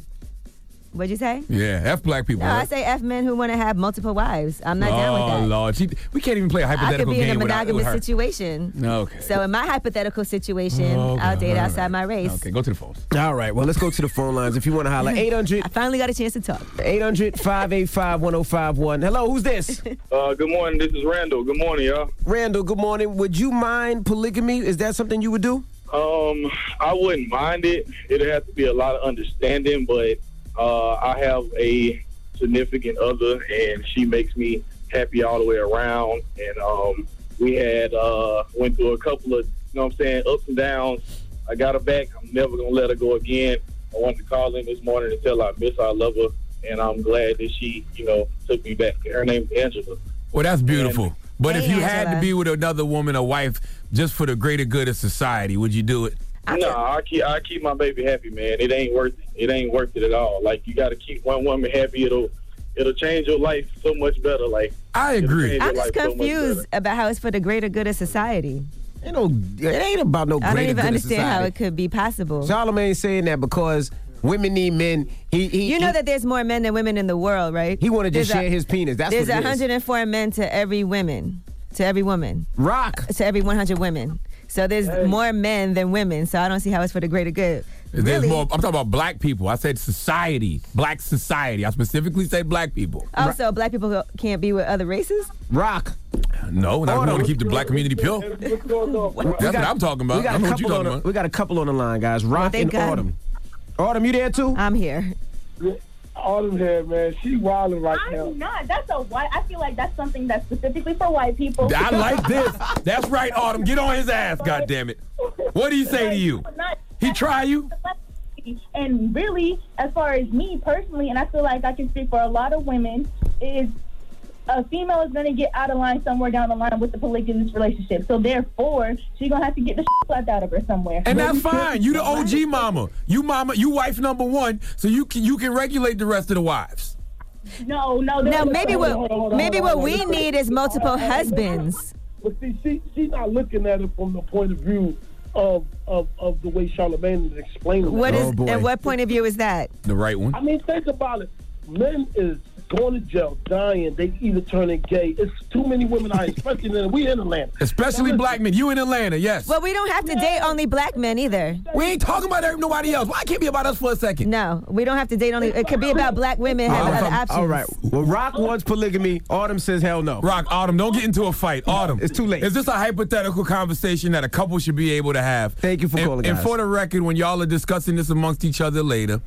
Speaker 6: What'd you say?
Speaker 7: Yeah, F black people.
Speaker 6: No, I
Speaker 7: right?
Speaker 6: say F men who want to have multiple wives. I'm not
Speaker 7: oh,
Speaker 6: down with that.
Speaker 7: Lord. She, we can't even play a
Speaker 6: I could
Speaker 7: hypothetical
Speaker 6: be in a
Speaker 7: game without-
Speaker 6: monogamous
Speaker 7: with her.
Speaker 6: situation.
Speaker 7: Okay.
Speaker 6: So in my hypothetical situation,
Speaker 3: Okay,
Speaker 6: I'll date
Speaker 3: all
Speaker 6: outside my race.
Speaker 7: Okay, go to the phones.
Speaker 3: All right, well, let's go to the phone lines. If you want to holler, oh, 800
Speaker 6: I finally got a chance to talk.
Speaker 3: 800 585 1051. Hello, who's this?
Speaker 16: Uh, good morning. This is Randall. Good morning, y'all.
Speaker 3: Randall, good morning. Would you mind polygamy? Is that something you would do?
Speaker 16: Um, I wouldn't mind it. It'd have to be a lot of understanding, but uh, I have a significant other, and she makes me happy all the way around. And um, we had uh, went through a couple of, you know, what I'm saying, ups and downs. I got her back. I'm never gonna let her go again. I wanted to call in this morning to tell her I miss her, I love her, and I'm glad that she, you know, took me back. Her name's Angela.
Speaker 7: Well, that's beautiful. but
Speaker 16: Hey,
Speaker 7: if you had to
Speaker 16: Angela.
Speaker 7: be with another woman or wife just for the greater good of society, would you do it?
Speaker 16: No, I keep I keep my baby happy, man. It ain't worth it. It ain't worth it at all. Like you got to keep one woman happy. It'll it'll change your life so much better. Like
Speaker 7: I agree.
Speaker 6: I'm just confused about how it's for the greater good of society.
Speaker 3: You know, it ain't about no
Speaker 6: I don't
Speaker 3: greater
Speaker 6: even
Speaker 3: good of
Speaker 6: understand how
Speaker 3: society.
Speaker 6: it could be possible.
Speaker 3: Charlemagne saying that because women need men. He, he
Speaker 6: you know that there's more men than women in the world, right?
Speaker 3: He wanna just
Speaker 6: There's
Speaker 3: share his penis. That's
Speaker 6: there's
Speaker 3: what it is.
Speaker 6: 104 men to every woman, to every woman.
Speaker 3: Rock
Speaker 6: to every 100 women. So there's more men than women. So I don't see how it's for the greater good.
Speaker 7: There's more. I'm talking about black people. I said society, black society. I specifically say black people.
Speaker 6: Also, black people can't be with other races.
Speaker 3: Rock.
Speaker 7: No, not want to keep the black community pure.
Speaker 3: We
Speaker 7: That's what I'm talking about.
Speaker 3: We got,
Speaker 7: I don't know
Speaker 3: a
Speaker 7: what you're
Speaker 3: couple
Speaker 7: talking
Speaker 3: on the,
Speaker 7: about.
Speaker 3: we got a couple on the line, guys. Rock
Speaker 6: thank
Speaker 3: and
Speaker 6: God.
Speaker 3: Autumn. Autumn, you there too?
Speaker 6: I'm here.
Speaker 9: Autumn here, man. She wilding right now.
Speaker 17: I'm not. That's a white. I feel like that's something that's specifically for white people.
Speaker 7: I like this. That's right, Autumn. Get on his ass, God damn it. What do he say to you?
Speaker 17: Not-
Speaker 7: He try you?
Speaker 17: And really, as far as me personally, and I feel like I can speak for a lot of women, is a female is going to get out of line somewhere down the line with the polygamous relationship. So therefore, she's going to have to get the shit slapped out of her somewhere.
Speaker 7: And that's fine. You the OG mama. You mama. You wife number one. So you can you can regulate the rest of the wives.
Speaker 17: No, no.
Speaker 6: Now
Speaker 9: no,
Speaker 6: maybe
Speaker 9: no,
Speaker 6: what
Speaker 9: no, hold on, hold on,
Speaker 6: maybe
Speaker 9: hold on,
Speaker 6: what
Speaker 9: hold
Speaker 6: we
Speaker 9: on.
Speaker 6: need is multiple husbands.
Speaker 9: But see, she, she's not looking at it from the point of view of of, of the way Charlemagne is explaining.
Speaker 3: Oh,
Speaker 6: What
Speaker 9: it.
Speaker 6: is and what point of view is that?
Speaker 7: The right one.
Speaker 9: I mean, think about it. Men is going to jail, dying, they either turning gay. It's too many women out, here, especially in we in Atlanta.
Speaker 7: Especially black men. You in Atlanta, yes.
Speaker 6: Well, we don't have to date only black men either.
Speaker 7: We ain't talking about every- nobody else. Why can't it be about us for a second?
Speaker 6: No, we don't have to date only. It could be about black women having
Speaker 3: All
Speaker 6: other
Speaker 3: right.
Speaker 6: options.
Speaker 3: All right. Well, Rock wants polygamy. Autumn says hell no.
Speaker 7: Rock, Autumn, don't get into a fight. Autumn. It's too late. Is this a hypothetical conversation that a couple should be able to have? Thank you for and,
Speaker 3: calling,
Speaker 7: And
Speaker 3: guys.
Speaker 7: for the record, when y'all are discussing this amongst each other later,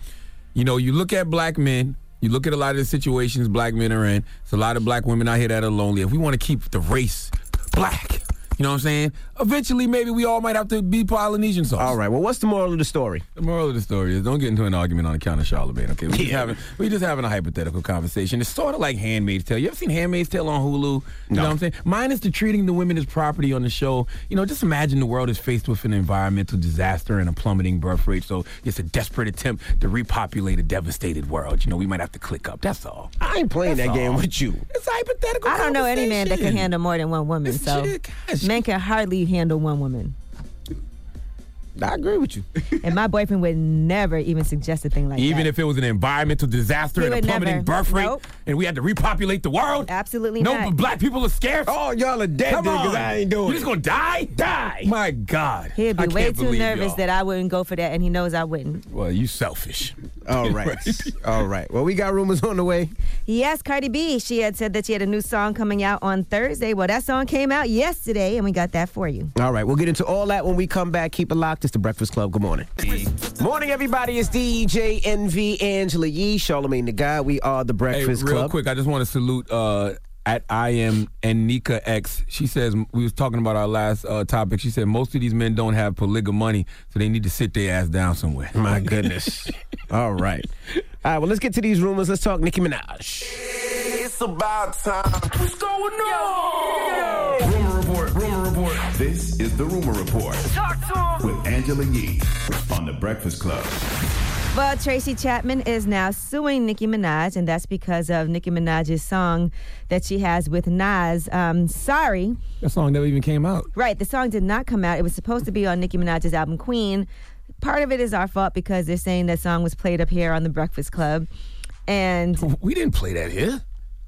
Speaker 7: you know, you look at black men, you look at a lot of the situations black men are in. It's a lot of black women out here that are lonely. If we want to keep the race black, you know what I'm saying? Eventually, maybe we all might have to be Polynesian sauce. All
Speaker 3: right. Well, what's the moral of the story?
Speaker 7: The moral of the story is don't get into an argument on account of Charlemagne. Okay, we just having we just having a hypothetical conversation. It's sort of like Handmaid's Tale. You ever seen Handmaid's Tale on Hulu? You know what I'm saying? Minus the treating the women as property on the show. You know, just imagine the world is faced with an environmental disaster and a plummeting birth rate. So it's a desperate attempt to repopulate a devastated world. You know, we might have to click up. That's all.
Speaker 3: I ain't playing
Speaker 7: That's
Speaker 3: that game
Speaker 7: all.
Speaker 3: with you.
Speaker 7: It's hypothetical.
Speaker 6: I don't know any man that can
Speaker 7: conversation.
Speaker 6: handle more than one woman. so men can hardly handle one woman.
Speaker 3: I agree with you.
Speaker 6: and my boyfriend would never even suggest a thing like
Speaker 7: Even
Speaker 6: that.
Speaker 7: if it was an environmental disaster
Speaker 6: He
Speaker 7: and a
Speaker 6: would
Speaker 7: plummeting
Speaker 6: never.
Speaker 7: birth rate,
Speaker 6: Nope.
Speaker 7: and we had to repopulate the world,
Speaker 6: absolutely
Speaker 7: no,
Speaker 6: not.
Speaker 7: but black people are scarce.
Speaker 3: Oh, y'all are dead
Speaker 7: Come
Speaker 3: then,
Speaker 7: on.
Speaker 3: 'cause I ain't doing
Speaker 7: You just gonna die? Die. My God.
Speaker 6: He'd
Speaker 7: I
Speaker 6: be
Speaker 7: can't
Speaker 6: way too
Speaker 7: believe
Speaker 6: nervous
Speaker 7: y'all.
Speaker 6: that I wouldn't go for that, and he knows I wouldn't.
Speaker 7: Well, you selfish.
Speaker 3: All right. All right. Well, we got rumors on the way.
Speaker 6: Yes, Cardi B. She had said that she had a new song coming out on Thursday. Well, that song came out yesterday, and we got that for you.
Speaker 3: All right, we'll get into all that when we come back. Keep it locked. It's the Breakfast Club. Good morning. Morning, everybody. It's DJ NV Angela Yee, Charlemagne the Guy. We are the
Speaker 7: Hey,
Speaker 3: Breakfast
Speaker 7: real
Speaker 3: Club.
Speaker 7: quick, I just want to salute uh, at I am Anika X. She says we was talking about our last uh, topic. She said most of these men don't have polygamy money, so they need to sit their ass down somewhere.
Speaker 3: My goodness. all right. All right, well, let's get to these rumors. Let's talk Nicki Minaj.
Speaker 2: It's about time. What's going on?
Speaker 5: Rumor report, rumor report. This is the rumor report
Speaker 2: Talk
Speaker 5: with Angela Yee on the Breakfast Club.
Speaker 6: Well, Tracy Chapman is now suing Nicki Minaj, and that's because of Nicki Minaj's song that she has with Nas. Um, sorry.
Speaker 7: That song never even came out.
Speaker 6: Right, the song did not come out. It was supposed to be on Nicki Minaj's album Queen. Part of it is our fault because they're saying that song was played up here on the Breakfast Club, and
Speaker 7: We didn't play that here.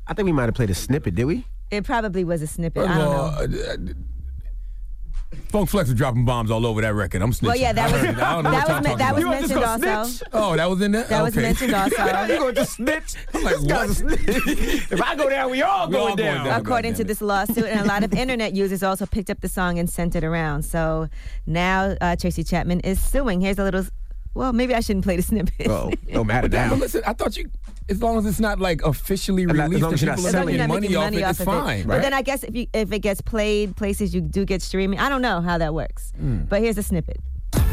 Speaker 3: I think we might have played a snippet, did we?
Speaker 6: it probably was a snippet.
Speaker 7: First
Speaker 6: I
Speaker 7: of
Speaker 6: don't
Speaker 7: all,
Speaker 6: know.
Speaker 7: uh, uh, Funk Flex is dropping bombs all over that record. I'm snitching.
Speaker 6: Well, yeah, that
Speaker 7: I
Speaker 6: was-
Speaker 7: heard it. I don't know
Speaker 6: that
Speaker 7: what y'all
Speaker 6: was me-
Speaker 7: talking
Speaker 6: that was
Speaker 7: about.
Speaker 6: mentioned also.
Speaker 7: Oh, that was in there.
Speaker 6: That was
Speaker 7: Okay.
Speaker 6: mentioned also. You
Speaker 3: gonna just snitch?
Speaker 7: I'm like, what?
Speaker 3: if I go down, we all
Speaker 7: We all
Speaker 3: going
Speaker 7: going
Speaker 3: down.
Speaker 7: down.
Speaker 6: according to this lawsuit, and a lot of internet users also picked up the song and sent it around. So now uh, Tracy Chapman is suing. Here's a little. Well, maybe I shouldn't play the snippet.
Speaker 3: Oh, no matter
Speaker 7: But that-
Speaker 3: now.
Speaker 7: but listen, I thought you, as long as it's not like officially
Speaker 3: And not- as
Speaker 7: released,
Speaker 3: long as
Speaker 7: and
Speaker 3: you're not
Speaker 7: people are
Speaker 6: As long as
Speaker 7: making
Speaker 6: you're not
Speaker 7: money
Speaker 6: making
Speaker 7: off
Speaker 6: money
Speaker 7: it,
Speaker 6: off
Speaker 7: it's
Speaker 6: of it.
Speaker 7: fine.
Speaker 6: But then I guess if you if it gets played places you do get streaming. I don't know how that works.
Speaker 7: Hmm.
Speaker 6: But here's a snippet.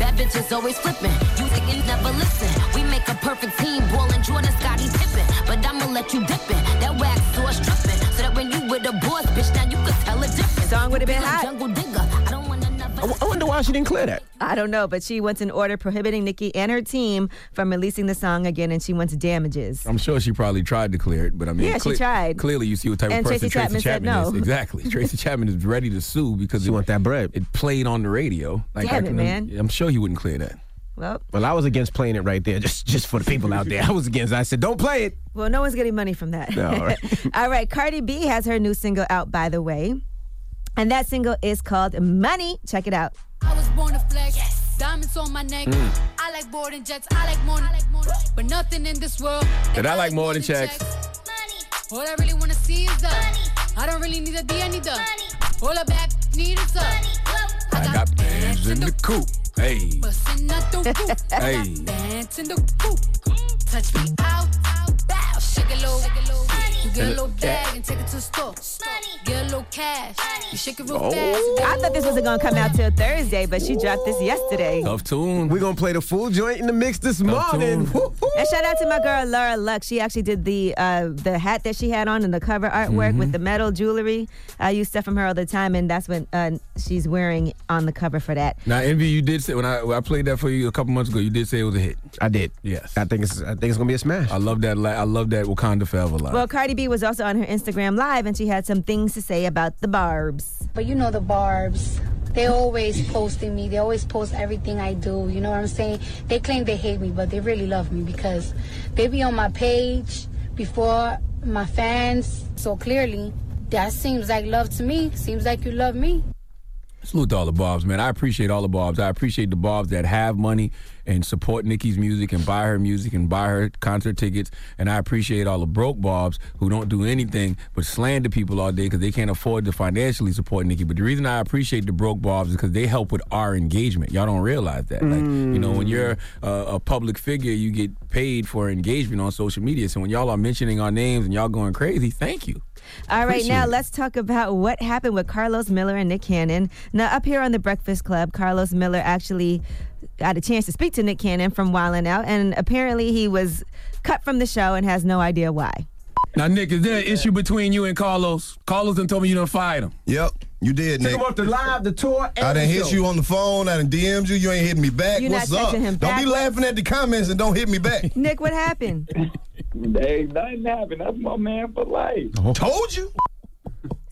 Speaker 18: Bad bitches always flipping. You niggas never listen. We make a perfect team. Ballin' Jordan, Scotty tipping. But I'ma let you dip it. That wax sauce tripping. So that when you with a boss, bitch, now you can tell a difference.
Speaker 6: Song would've been
Speaker 18: You be like
Speaker 6: hot.
Speaker 18: Jungle digger. I don't want another.
Speaker 3: I wonder why she didn't clear that.
Speaker 6: I don't know, but she wants an order prohibiting Nicki and her team from releasing the song again, and she wants damages.
Speaker 7: I'm sure she probably tried to clear it, but I mean,
Speaker 6: Yeah, she tried.
Speaker 7: Clearly, you see what type
Speaker 6: And
Speaker 7: of person
Speaker 6: Tracy Chapman said
Speaker 7: is.
Speaker 6: no.
Speaker 7: Exactly, Tracy Chapman is ready to sue because she it,
Speaker 3: that bread.
Speaker 7: It played on the radio.
Speaker 6: Damn it,
Speaker 7: can-
Speaker 6: man.
Speaker 7: I'm sure he wouldn't clear that.
Speaker 6: Well,
Speaker 3: Well, I was against playing it right there, just just for the people out there. I was against. it. I said, don't play it.
Speaker 6: well, no one's getting money from that.
Speaker 3: No, all right.
Speaker 6: all right, Cardi B has her new single out, by the way, and that single is called "Money." Check it out.
Speaker 19: I was born to flex. Diamonds on my neck.
Speaker 7: Hmm.
Speaker 19: I like boarding jets. I like morning. But nothing in this world.
Speaker 7: That I like more than checks.
Speaker 19: All I really wanna see is the. I don't really need a D. I need the. All I back need is the. I
Speaker 7: I got bands in the coop. Hey,
Speaker 19: bustin' out the roof. I got
Speaker 7: Hey.
Speaker 19: Bands in the coop. Touch me out. Bow. Shake a little. You get a little
Speaker 7: Eh.
Speaker 19: bag and take it to the store. Get a little cash. You shake it real
Speaker 3: Oh.
Speaker 19: fast.
Speaker 6: I thought this wasn't gonna come out till Thursday, but she dropped this yesterday.
Speaker 7: tough tune.
Speaker 3: We're gonna play the full joint in the mix this morning. Woo.
Speaker 6: And shout out to my girl Laura Luck. She actually did the uh, the hat that she had on and the cover artwork with the metal jewelry. I use stuff from her all the time, and that's what uh, she's wearing on the cover for that.
Speaker 7: Now, Envy, you did say when I when I played that for you a couple months ago, you did say it was a hit.
Speaker 3: I did.
Speaker 7: Yes,
Speaker 3: I think it's I think it's gonna be a smash.
Speaker 7: I love that. la- I love that Wakanda Forever line.
Speaker 6: Well, Cardi B was also on her Instagram live, and she had some things to say about the barbs.
Speaker 20: But you know the barbs. They always posting me. They always post everything I do. You know what I'm saying? They claim they hate me, but they really love me because they be on my page before my fans so clearly. That seems like love to me. Seems like you love me.
Speaker 7: Salute to all the Bobs, man. I appreciate all the Bobs. I appreciate the Bobs that have money and support Nikki's music and buy her music and buy her concert tickets. And I appreciate all the broke Bobs who don't do anything but slander people all day because they can't afford to financially support Nikki. But the reason I appreciate the broke Bobs is because they help with our engagement. Y'all don't realize that. Like, you know, when you're uh, a public figure, you get paid for engagement on social media. So when y'all are mentioning our names and y'all going crazy, thank you.
Speaker 6: All right,
Speaker 7: Appreciate
Speaker 6: now
Speaker 7: it.
Speaker 6: let's talk about what happened with Carlos Miller and Nick Cannon. Now, up here on the Breakfast Club, Carlos Miller actually got a chance to speak to Nick Cannon from Wild 'N Out, and apparently he was cut from the show and has no idea why.
Speaker 7: Now, Nick, is there an issue between you and Carlos? Carlos done told me you done fired him.
Speaker 4: Yep, you did, Nick.
Speaker 7: the live, the tour,
Speaker 4: I done hit you on the phone. I done DM'd you. You ain't hitting me back.
Speaker 6: You not
Speaker 4: What's up?
Speaker 6: texting him
Speaker 4: don't
Speaker 6: back.
Speaker 4: be laughing at the comments and don't hit me back.
Speaker 6: Nick, what happened?
Speaker 12: Hey, nothing happened. That's my man for life.
Speaker 4: Oh. Told you.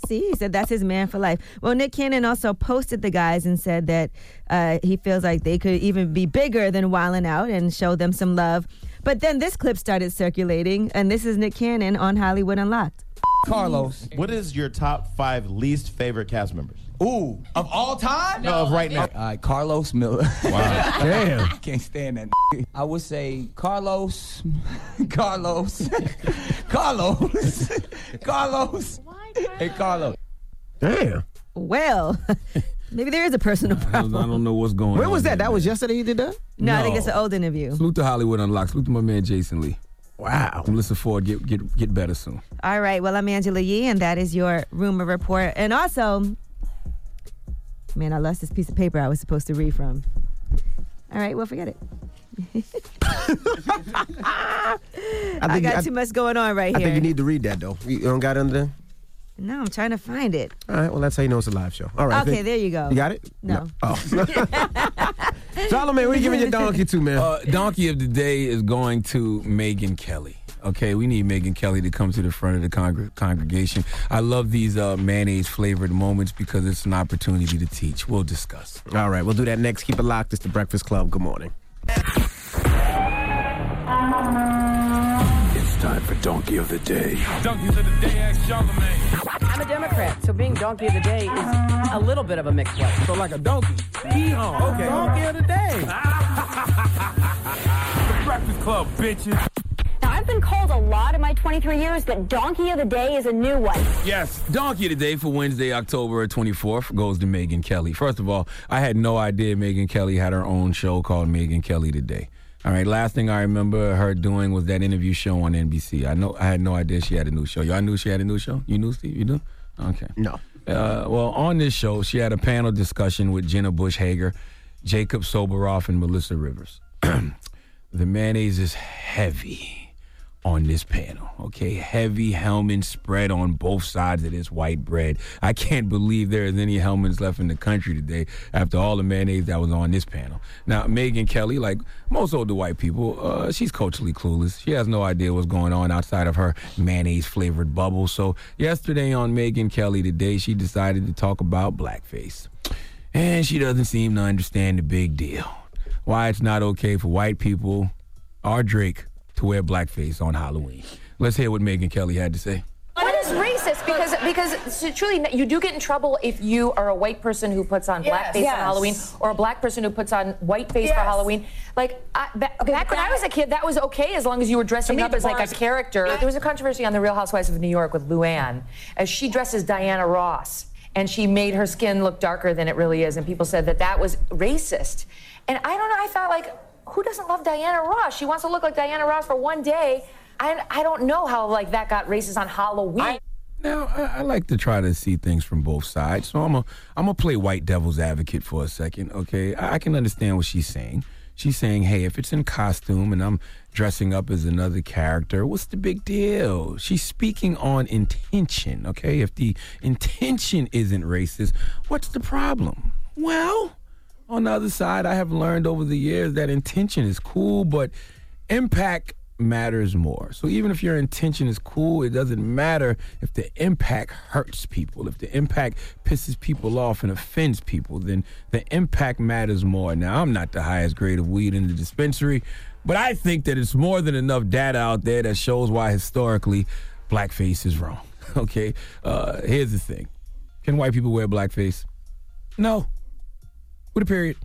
Speaker 6: See, he said that's his man for life. Well, Nick Cannon also posted the guys and said that uh, he feels like they could even be bigger than Wildin' Out and show them some love. But then this clip started circulating, and this is Nick Cannon on Hollywood Unlocked.
Speaker 21: Carlos, what is your top five least favorite cast members? Ooh, of all time? No, of right now. All right, Carlos Miller. Wow,
Speaker 7: damn.
Speaker 21: Can't stand that. I would say Carlos, Carlos, Carlos, Carlos, and Carlos.
Speaker 7: Damn.
Speaker 6: Well, maybe there is a personal
Speaker 7: I
Speaker 6: problem.
Speaker 7: don't, I don't know what's going on.
Speaker 6: Where was that?
Speaker 7: there,
Speaker 6: That was
Speaker 7: man.
Speaker 3: Yesterday you did that?
Speaker 6: No, I think it's an old interview.
Speaker 7: Salute to Hollywood Unlocked. Salute to my man Jason Lee. Wow. Melissa Ford, get get get better soon.
Speaker 6: All right. Well, I'm Angela Yee, and that is your rumor report. And also, man, I lost this piece of paper I was supposed to read from. All right. Well, forget it. I,
Speaker 3: think-
Speaker 6: got
Speaker 3: I-
Speaker 6: too much going on right
Speaker 3: I
Speaker 6: here.
Speaker 3: think you need to read that though. You don't got it under there?
Speaker 6: no, I'm trying to find it.
Speaker 3: All right, well that's how you know it's a live show. All right.
Speaker 6: okay,
Speaker 3: thank-
Speaker 6: there you go.
Speaker 3: You got it?
Speaker 6: No.
Speaker 3: Oh. Solomon, we giving your donkey to, man.
Speaker 7: Uh, donkey of the day is going to Megan Kelly. Okay, we need Megan Kelly to come to the front of the congre- congregation. I love these uh, mayonnaise flavored moments because it's an opportunity to teach. We'll discuss.
Speaker 3: All right, we'll do that next. Keep it locked. It's the Breakfast Club. Good morning.
Speaker 22: It's time for Donkey of the Day.
Speaker 23: Donkeys of the Day, ask
Speaker 24: I'm a Democrat, so being donkey of the day is a little bit of a mixed way. So like a donkey.
Speaker 23: Yeehaw, okay.
Speaker 24: Donkey of the day.
Speaker 23: the Breakfast Club, bitches.
Speaker 25: Now, I've been called a lot in my 23 years, but Donkey of the Day is a new one.
Speaker 7: Yes, donkey today for Wednesday, October 24th goes to Megan Kelly. First of all, I had no idea Megan Kelly had her own show called Megan Kelly Today. All right, last thing I remember her doing was that interview show on NBC. I know I had no idea she had a new show. Y'all knew she had a new show? You knew Steve? You knew? Okay.
Speaker 3: No.
Speaker 7: Uh, well, on this show, she had a panel discussion with Jenna Bush Hager, Jacob Soboroff, and Melissa Rivers. the mayonnaise is heavy on this panel. Okay, heavy Hellman spread on both sides of this white bread. I can't believe there is any Hellmans left in the country today after all the mayonnaise that was on this panel. Now, Megan Kelly, like most older white people, uh, she's culturally clueless. She has no idea what's going on outside of her mayonnaise flavored bubble. So, yesterday on Megan Kelly today, she decided to talk about blackface. And she doesn't seem to understand the big deal. Why it's not okay for white people or Drake to wear blackface on Halloween. Let's hear what Megan Kelly had to say.
Speaker 26: What is racist? Because because so truly, you do get in trouble if you are a white person who puts on Yes. blackface Yes. on Halloween, or a black person who puts on whiteface for Yes. Halloween. Like I, ba- back when I was a kid, that was okay as long as you were dressing me, up the as like a bars- character. There was a controversy on The Real Housewives of New York with Luann, as she dresses Diana Ross, and she made her skin look darker than it really is, and people said that that was racist. And I don't know. I felt like who doesn't love Diana Ross? She wants to look like Diana Ross for one day. I, I don't know how like that got racist on Halloween.
Speaker 7: Now, I, I like to try to see things from both sides, so I'm a I'm a play white devil's advocate for a second, okay? I, I can understand what she's saying. She's saying, "Hey, if it's in costume and I'm dressing up as another character, what's the big deal?" She's speaking on intention, okay? If the intention isn't racist, what's the problem? Well, on the other side, I have learned over the years that intention is cool, but impact matters more. So even if your intention is cool, it doesn't matter if the impact hurts people. If the impact pisses people off and offends people, then the impact matters more. Now, I'm not the highest grade of weed in the dispensary, But I think that it's more than enough data out there that shows why historically blackface is wrong. Okay? Uh, here's the thing Can white people wear blackface? No. With a period.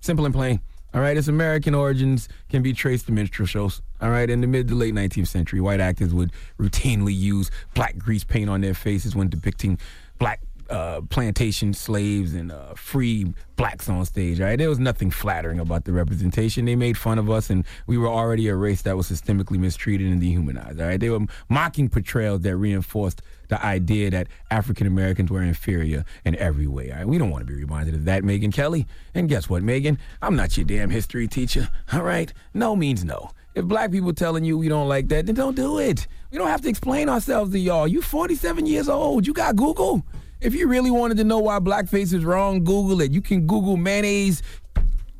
Speaker 7: Simple and plain. All right, its American origins can be traced to minstrel shows. All right, in the mid to late 19th century, white actors would routinely use black grease paint on their faces when depicting black uh, plantation slaves and uh, free blacks on stage. All right, there was nothing flattering about the representation. They made fun of us, and we were already a race that was systemically mistreated and dehumanized. All right, they were mocking portrayals that reinforced the idea that African Americans were inferior in every way. All right, we don't want to be reminded of that, Megan Kelly. And guess what, Megan? I'm not your damn history teacher. All right, no means no. If black people telling you we don't like that, then don't do it. We don't have to explain ourselves to y'all. You 47 years old. You got Google. If you really wanted to know why blackface is wrong, Google it. You can Google mayonnaise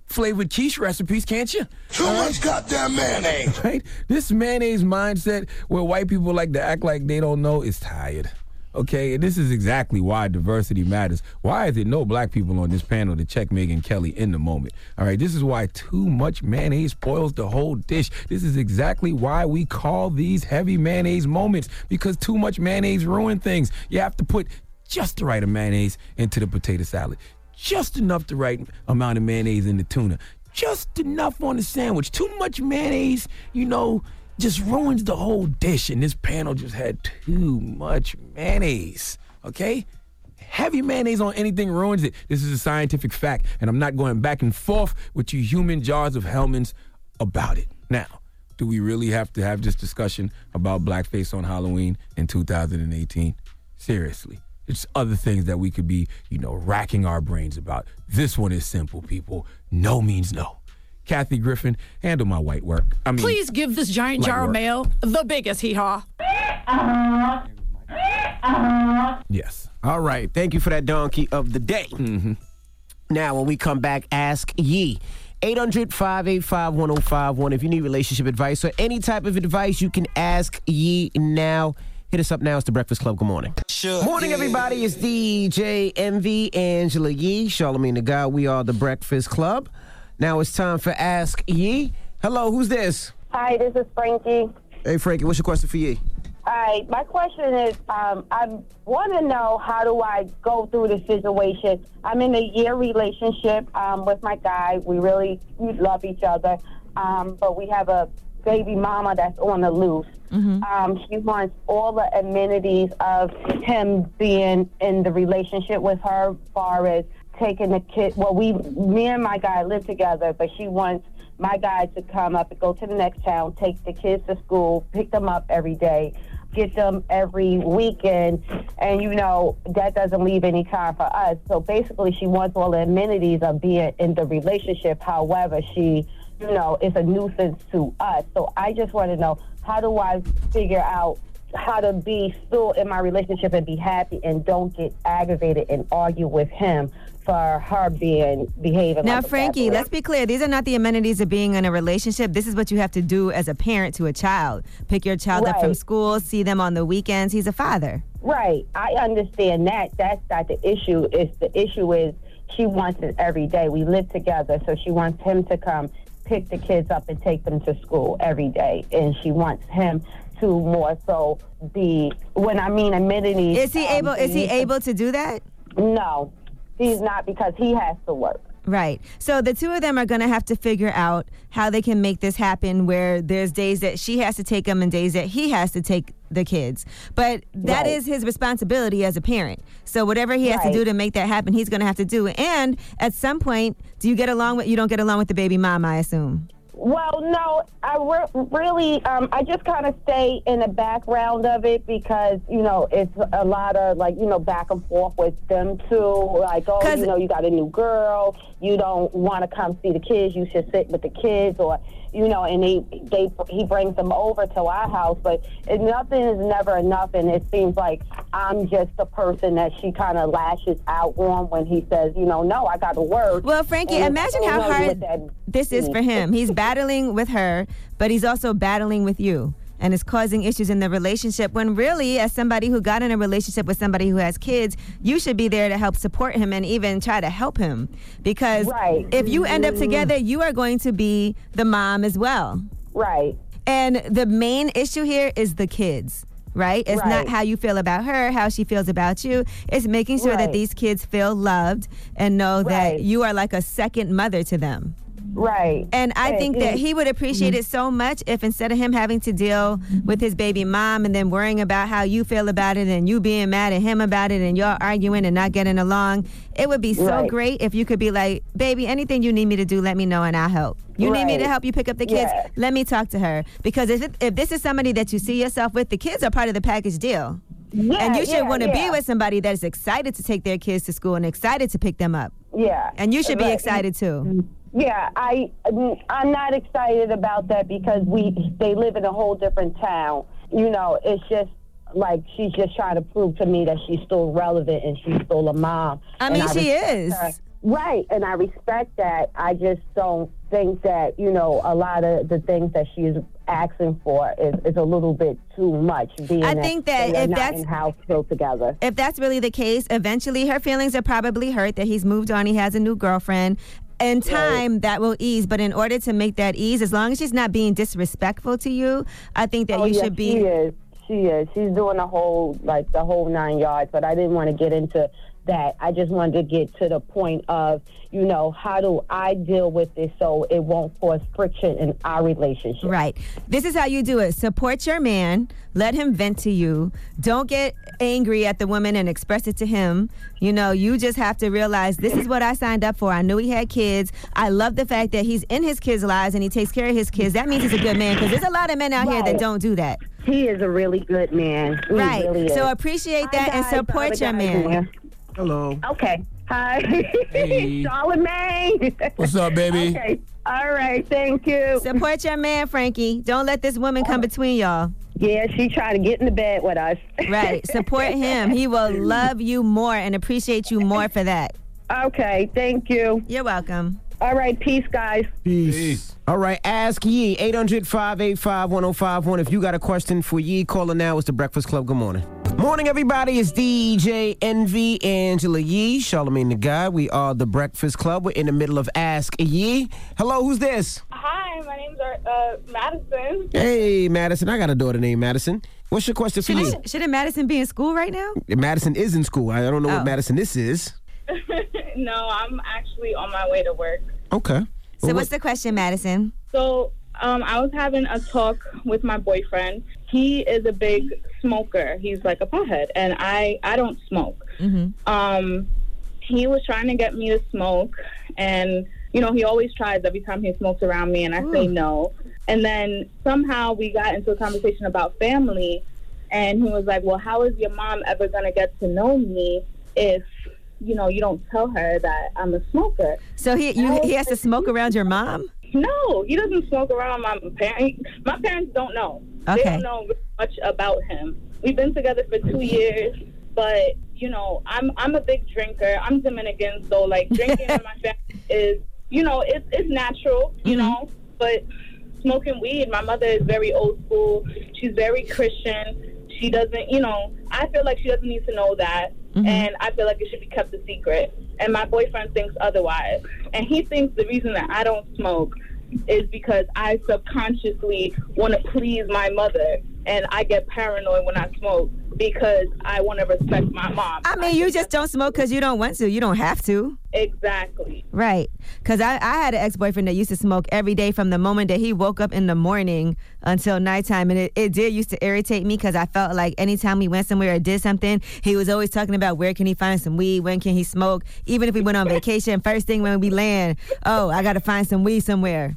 Speaker 7: flavored quiche recipes, can't you? Too much goddamn mayonnaise. Right? This mayonnaise mindset where white people like to act like they don't know is tired. Okay, and this is exactly why diversity matters. Why is it no black people on this panel to check Megan Kelly in the moment? All right, this is why too much mayonnaise spoils the whole dish. This is exactly why we call these heavy mayonnaise moments because too much mayonnaise ruin things. You have to put just the right amount of mayonnaise into the potato salad, just enough the right amount of mayonnaise in the tuna, just enough on the sandwich. Too much mayonnaise, you know, just ruins the whole dish. And this panel just had too much mayonnaise. Okay? Heavy mayonnaise on anything ruins it. This is a scientific fact, and I'm not going back and forth with you human jars of Hellman's about it. Now, do we really have to have this discussion about blackface on Halloween in 2018? Seriously. It's other things that we could be, you know, racking our brains about. This one is simple, people. No means no. Kathy Griffin, handle my white work. I mean,
Speaker 1: Please give this giant
Speaker 7: Light
Speaker 1: jar
Speaker 7: work.
Speaker 1: of mail the biggest hee haw.
Speaker 7: Yes.
Speaker 3: All right. Thank you for that donkey of the day. Now, when we come back, ask ye. 800 585 1051. If you need relationship advice or any type of advice, you can ask ye now. Hit us up now. It's the Breakfast Club. Good morning. Morning, everybody. It's DJ MV, Angela Yee, Charlemagne the God. We are the Breakfast Club. Now it's time for Ask Ye. Hello, who's this?
Speaker 8: Hi, this is Frankie.
Speaker 3: Hey, Frankie, what's your question for Ye?
Speaker 8: All right, my question is, um, I want to know how do I go through the situation? I'm in a year relationship um, with my guy. We really we love each other, um, but we have a baby mama that's on the loose. Um, she wants all the amenities of him being in the relationship with her, far as taking the kid. Well, we, me and my guy live together, but she wants my guy to come up and go to the next town, take the kids to school, pick them up every day, get them every weekend, and you know that doesn't leave any time for us. So basically, she wants all the amenities of being in the relationship. However, she, you know, is a nuisance to us. So I just want to know how do I figure out how to be still in my relationship and be happy and don't get aggravated and argue with him for her being behaving
Speaker 6: Now,
Speaker 8: like a
Speaker 6: Frankie,
Speaker 8: bad boy?
Speaker 6: let's be clear. These are not the amenities of being in a relationship. This is what you have to do as a parent to a child. Pick your child up from
Speaker 8: Right.
Speaker 6: school, see them on the weekends. He's a father.
Speaker 8: Right. I understand that. That's not the issue. Is the issue is she wants it every day. We live together, so she wants him to come pick the kids up and take them to school every day, and she wants him to more so be. When I mean amenities,
Speaker 6: Is he able- is he able to do that?
Speaker 8: No, he's not because he has to work.
Speaker 6: Right. So the two of them are going to have to figure out how they can make this happen where there's days that she has to take him and days that he has to take the kids. But that
Speaker 8: Right.
Speaker 6: is his responsibility as a parent. So whatever he has to
Speaker 8: Right.
Speaker 6: do to make that happen, he's going to have to do. And at some point, do you get along with you don't get along with the baby mom, I assume.
Speaker 8: Well, no, I re- really, um, I just kind of stay in the background of it because you know it's a lot of like you know back and forth with them too. Like, oh, you know, you got a new girl, you don't want to come see the kids, you should sit with the kids, or you know, and they they he brings them over to our house, but it, nothing is never enough, and it seems like I'm just the person that she kind of lashes out on when he says, you know, no, I got to work.
Speaker 6: Well, Frankie,
Speaker 8: And,
Speaker 6: imagine
Speaker 8: you
Speaker 6: how
Speaker 8: know, you
Speaker 6: hard
Speaker 8: with that
Speaker 6: this is for him. He's battling with her, but he's also battling with you. and is causing issues in the relationship when really as somebody who got in a relationship with somebody who has kids you should be there to help support him and even try to help him because if you end up
Speaker 8: Mhm.
Speaker 6: together you are going to be the mom as well right and the main issue here is the kids right it's not
Speaker 8: Right.
Speaker 6: how you feel about her how she feels about you it's making sure that
Speaker 8: Right.
Speaker 6: these kids feel loved and know that you are like a second mother to them
Speaker 8: Right.
Speaker 6: and I
Speaker 8: Right. Mm-hmm.
Speaker 6: think that
Speaker 8: Yeah.
Speaker 6: he would appreciate it so much if instead of him having to deal with his baby mom and then worrying about how you feel about it and you being mad at him about it and y'all arguing and not getting along, it would be so
Speaker 8: Right.
Speaker 6: great if you could be like, baby, anything you need me to do, let me know and I'll help. You need me to
Speaker 8: Right.
Speaker 6: help you pick up the kids?
Speaker 8: Yeah.
Speaker 6: Let me talk to her. Because if, it, if this is somebody that you see yourself with, the kids are part of the package deal.
Speaker 8: Yeah,
Speaker 6: and you should
Speaker 8: yeah,
Speaker 6: want to be
Speaker 8: yeah.
Speaker 6: with somebody that's excited to take their kids to school and excited to pick them up.
Speaker 8: Yeah.
Speaker 6: And you should be
Speaker 8: Right. Mm-hmm.
Speaker 6: excited too.
Speaker 8: Yeah, I I'm not excited about that because we they live in a whole different town. You know, it's just like she's just trying to prove to me that she's still relevant and she's still a mom.
Speaker 6: I
Speaker 8: And
Speaker 6: mean, she
Speaker 8: respect
Speaker 6: is.
Speaker 8: her. Right, and I respect that. I just don't think that you know a lot of the things that she is asking for is, is a little bit too much. Being
Speaker 6: I think that
Speaker 8: they are
Speaker 6: if
Speaker 8: not
Speaker 6: that's-
Speaker 8: in house built together,
Speaker 6: if that's really the case, eventually her feelings are probably hurt that he's moved on, he has a new girlfriend. In time, that will ease. But in order to make that ease, as long as she's not being disrespectful to you, I think that
Speaker 8: oh,
Speaker 6: you
Speaker 8: yeah,
Speaker 6: should
Speaker 8: She
Speaker 6: be.
Speaker 8: is. She is. She's doing the whole like the whole nine yards. But I didn't want to get into that. I just wanted to get to the point of you know how do I deal with this so it won't cause friction in our relationship.
Speaker 6: Right. This is how you do it. Support your man. Let him vent to you. Don't get angry at the woman and express it to him. You know, you just have to realize this is what I signed up for. I knew he had kids. I love the fact that he's in his kids' lives and he takes care of his kids. That means he's a good man because there's a lot of men out here that
Speaker 8: Right.
Speaker 6: don't do that.
Speaker 8: He is a really good man. He
Speaker 6: Right.
Speaker 8: really is.
Speaker 6: so appreciate that and support your
Speaker 8: Sorry, guys.
Speaker 6: man.
Speaker 3: Hello.
Speaker 8: Okay. Hi. Charlemagne.
Speaker 7: What's up, baby?
Speaker 8: Okay. All right. Thank you. Oh.
Speaker 6: Support your man, Frankie. Don't let this woman come between y'all.
Speaker 8: Yeah, she tried to get in the bed with us.
Speaker 6: Right. Support him. He will love you more and appreciate you more for that.
Speaker 8: Okay. Thank you.
Speaker 6: You're welcome.
Speaker 8: All right. Peace, guys.
Speaker 3: All right, ask Yee, 800 585 1051. If you got a question for Yee, call her now. It's the Breakfast Club. Good morning. Morning, everybody. It's DJ NV, Angela Yee, Charlemagne the Guy. We are the Breakfast Club. We're in the middle of Ask Yee. Hello, who's this?
Speaker 27: Hi, my name's uh, Madison.
Speaker 3: Hey, Madison. I got a daughter named Madison. What's your question for Yee?
Speaker 6: Shouldn't Madison be in school right now?
Speaker 3: Madison is in school. I I don't know
Speaker 6: Oh.
Speaker 3: what Madison this is.
Speaker 27: no, I'm actually on my way to work.
Speaker 3: Okay.
Speaker 6: So, what's the question, Madison?
Speaker 27: So, um, I was having a talk with my boyfriend. He is a big smoker. He's like a pothead, and I I don't smoke.
Speaker 13: Mm-hmm.
Speaker 27: Um, he was trying to get me to smoke, and you know he always tries every time he smokes around me, and I say
Speaker 13: Ooh.
Speaker 27: no. And then somehow we got into a conversation about family, and he was like, "Well, how is your mom ever gonna get to know me if you know you don't tell her that I'm a smoker?"
Speaker 6: So he you, he has to smoke around your mom?
Speaker 27: No, he doesn't smoke around my parents. My parents don't know. They
Speaker 6: Okay.
Speaker 27: don't know much about him. We've been together for two years, but you know, I'm I'm a big drinker. I'm Dominican, so like drinking in my family is you know it's it's natural, you know. But smoking weed, my mother is very old school. She's very Christian. She doesn't, you know. I feel like she doesn't need to know that,
Speaker 6: Mm-hmm.
Speaker 14: Mhm.
Speaker 27: and I feel like it should be kept a secret. And my boyfriend thinks otherwise, and he thinks the reason that I don't smoke is because I subconsciously want to please my mother, and I get paranoid when I smoke because I want to respect my mom.
Speaker 6: I mean, you just don't smoke because you don't want to. You don't have to.
Speaker 27: Exactly.
Speaker 6: Right. Because I, I had an ex boyfriend that used to smoke every day from the moment that he woke up in the morning until nighttime. And it, it did used to irritate me because I felt like anytime we went somewhere or did something, he was always talking about where can he find some weed, when can he smoke. Even if we went on vacation, first thing when we land, oh, I got to find some weed somewhere.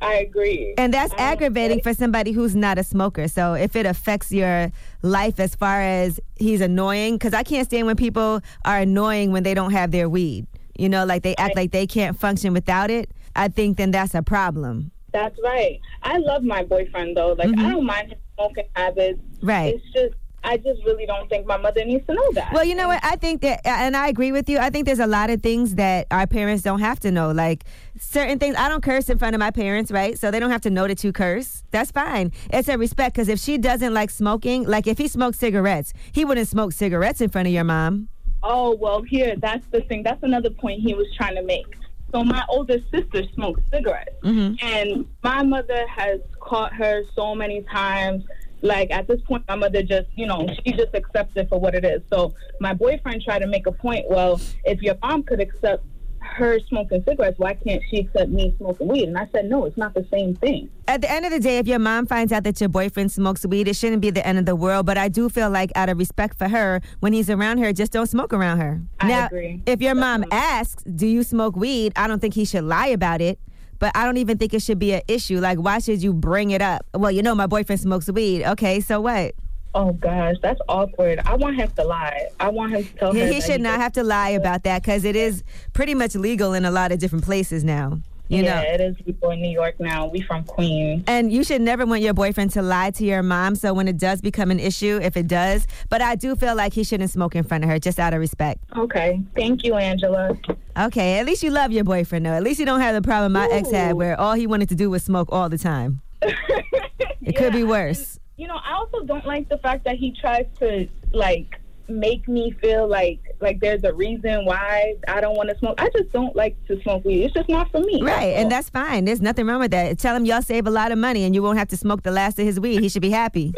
Speaker 27: I agree.
Speaker 6: And that's aggravating for somebody who's not a smoker. So if it affects your life as far as he's annoying, because I can't stand when people are annoying when they don't have their weed. You know, like they act like they can't function without it. I think then that's a problem.
Speaker 27: That's right. I love my boyfriend though. Like I don't mind his smoking habits.
Speaker 6: Mm-hmm. Right.
Speaker 27: It's just I just really don't think my mother needs to know that.
Speaker 6: Well, you know what? I think that, and I agree with you. I think there's a lot of things that our parents don't have to know. Like certain things, I don't curse in front of my parents, right? So they don't have to know that you curse. That's fine. It's a respect because if she doesn't like smoking, like if he smoked cigarettes, he wouldn't smoke cigarettes in front of your mom.
Speaker 27: Oh, well, here, that's the thing. That's another point he was trying to make. So my older sister smokes cigarettes.
Speaker 6: Mm-hmm.
Speaker 27: And my mother has caught her so many times. Like at this point, my mother just, you know, she just accepts it for what it is. So my boyfriend tried to make a point. Well, if your mom could accept her smoking cigarettes, why can't she accept me smoking weed? And I said, no, it's not the same thing.
Speaker 6: At the end of the day, if your mom finds out that your boyfriend smokes weed, it shouldn't be the end of the world. But I do feel like, out of respect for her, when he's around her, just don't smoke around her.
Speaker 27: I
Speaker 6: now,
Speaker 27: agree.
Speaker 6: if your mom asks, "Do you smoke weed?" I don't think he should lie about it. But I don't even think it should be an issue. Like, why should you bring it up? Well, you know, my boyfriend smokes weed. Okay, so what?
Speaker 27: Oh gosh, that's awkward. I want him to lie. I want him to tell her.
Speaker 6: He, he
Speaker 27: that
Speaker 6: should not have to lie about that because it is pretty much legal in a lot of different places now. You
Speaker 27: yeah,
Speaker 6: know.
Speaker 27: it is people in New York now. We from Queens.
Speaker 6: And you should never want your boyfriend to lie to your mom. So when it does become an issue, if it does, but I do feel like he shouldn't smoke in front of her, just out of respect.
Speaker 27: Okay. Thank you, Angela.
Speaker 6: Okay. At least you love your boyfriend, though. At least you don't have the problem my ex had, where all he wanted to do was smoke all the time. It could be worse.
Speaker 27: You know, I also don't like the fact that he tries to like make me feel like like there's a reason why I don't want to smoke. I just don't like to smoke weed. It's just not for me.
Speaker 6: Right, and that's fine. There's nothing wrong with that. Tell him y'all save a lot of money and you won't have to smoke the last of his weed. He should be happy.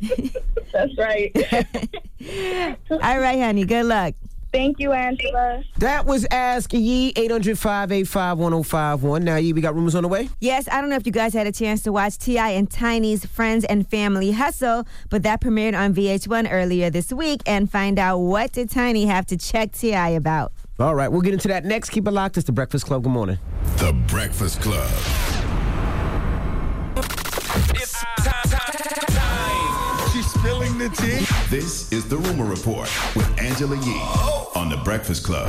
Speaker 27: That's right.
Speaker 6: All right, honey. Good luck.
Speaker 27: Thank you, Angela.
Speaker 3: That was Ask Yee, 800 585 1051. Now, Yee, we got rumors on the way?
Speaker 6: Yes, I don't know if you guys had a chance to watch T.I. and Tiny's Friends and Family Hustle, but that premiered on VH1 earlier this week and find out what did Tiny have to check T.I. about.
Speaker 3: All right, we'll get into that next. Keep it locked. It's the Breakfast Club. Good morning.
Speaker 5: The Breakfast Club.
Speaker 2: It's time, time.
Speaker 5: She's spilling the tea. This is the Rumor Report with Angela Yee on The Breakfast Club.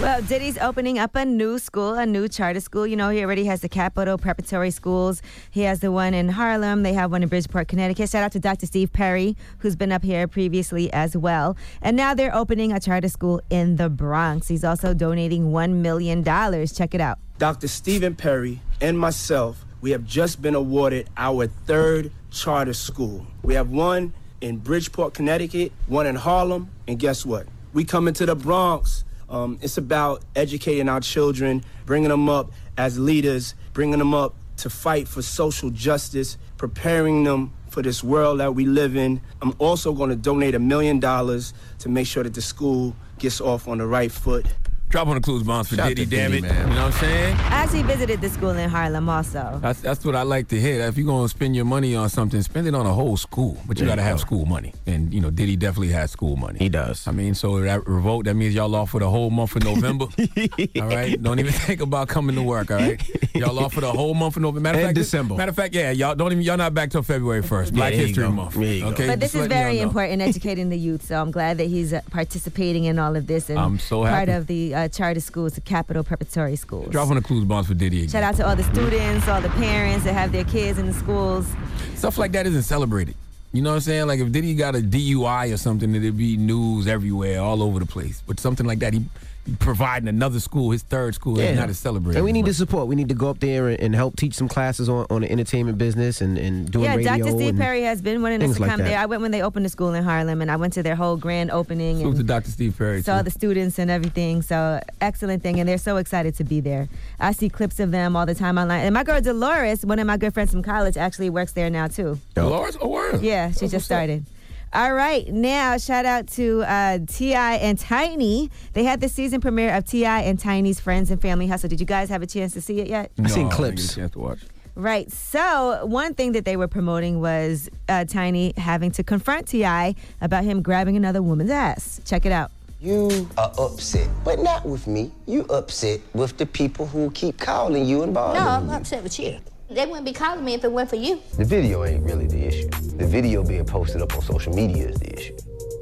Speaker 6: Well, Diddy's opening up a new school, a new charter school. You know, he already has the Capitol Preparatory Schools. He has the one in Harlem. They have one in Bridgeport, Connecticut. Shout out to Dr. Steve Perry, who's been up here previously as well. And now they're opening a charter school in the Bronx. He's also donating $1 million. Check it out.
Speaker 13: Dr. Stephen Perry and myself, we have just been awarded our third charter school. We have one in Bridgeport, Connecticut, one in Harlem, and guess what? We come into the Bronx. Um, it's about educating our children, bringing them up as leaders, bringing them up to fight for social justice, preparing them for this world that we live in. I'm also going to donate a million dollars to make sure that the school gets off on the right foot.
Speaker 7: Drop on the clues bombs for Diddy, damn it. You know what I'm saying?
Speaker 6: I actually visited the school in Harlem also.
Speaker 7: That's, that's what I like to hear. If you're going to spend your money on something, spend it on a whole school. But you
Speaker 6: Yeah.
Speaker 7: got to have school money. And, you know, Diddy definitely has school money. He does. I mean, so that revolt, that means y'all off for the whole month of November. all right? Don't even think about coming to work, all right? Y'all off for the whole month of November. Matter of
Speaker 3: And
Speaker 7: fact,
Speaker 3: December.
Speaker 7: Matter of fact, yeah, y'all don't even, y'all not back till February 1st. Black
Speaker 3: there you
Speaker 7: History
Speaker 3: go.
Speaker 7: Month.
Speaker 3: There you go.
Speaker 7: Okay?
Speaker 6: But this
Speaker 7: Just
Speaker 6: is
Speaker 7: letting y'all
Speaker 6: very
Speaker 7: know.
Speaker 6: important, educating the youth. So I'm glad that he's uh, participating in all of this and
Speaker 7: I'm so
Speaker 6: part
Speaker 7: happy.
Speaker 6: of the uh, charter schools, the Capital Preparatory Schools.
Speaker 7: Drop on the clues bombs for Diddy again.
Speaker 6: Shout out to all the students, all the parents that have their kids in the schools.
Speaker 7: stuff like that isn't celebrated. You know what I'm saying? Like if Diddy got a DUI or something, it'd be news everywhere, all over the place. But something like that, he, he providing another school, his third school, is not as celebrated.
Speaker 3: And we need the support. We need to go up there and, and help teach some classes on, on the entertainment business and, and doing
Speaker 6: yeah,
Speaker 3: radio.
Speaker 6: Dr. Steve
Speaker 3: and-
Speaker 6: Perry has been wanting us
Speaker 3: things
Speaker 6: to
Speaker 3: like
Speaker 6: come
Speaker 3: that.
Speaker 6: there. I went when they opened the school in Harlem, and I went to their whole grand opening
Speaker 7: Salute to
Speaker 6: and
Speaker 7: Dr. Steve Perry.
Speaker 6: saw
Speaker 7: too.
Speaker 6: the students and everything. So excellent thing, and they're so excited to be there. I see clips of them all the time online. And my girl Dolores, one of my good friends from college, actually works there now too.
Speaker 7: Dolores, oh word.
Speaker 6: Yeah, she just started. All right, now shout out to uh, Ti and Tiny. They had the season premiere of Ti and Tiny's Friends and Family Hustle. Did you guys have a chance to see it yet?
Speaker 7: No, I seen clips. You have to watch.
Speaker 6: Right. So one thing that they were promoting was uh, Tiny having to confront Ti about him grabbing another woman's ass. Check it out.
Speaker 14: You are upset, but not with me. You upset with the people who keep calling you and
Speaker 15: No,
Speaker 14: bothering
Speaker 15: I'm
Speaker 14: you.
Speaker 15: upset with you. They wouldn't be calling me if it weren't for you.
Speaker 14: The video ain't really the issue. The video being posted up on social media is the issue.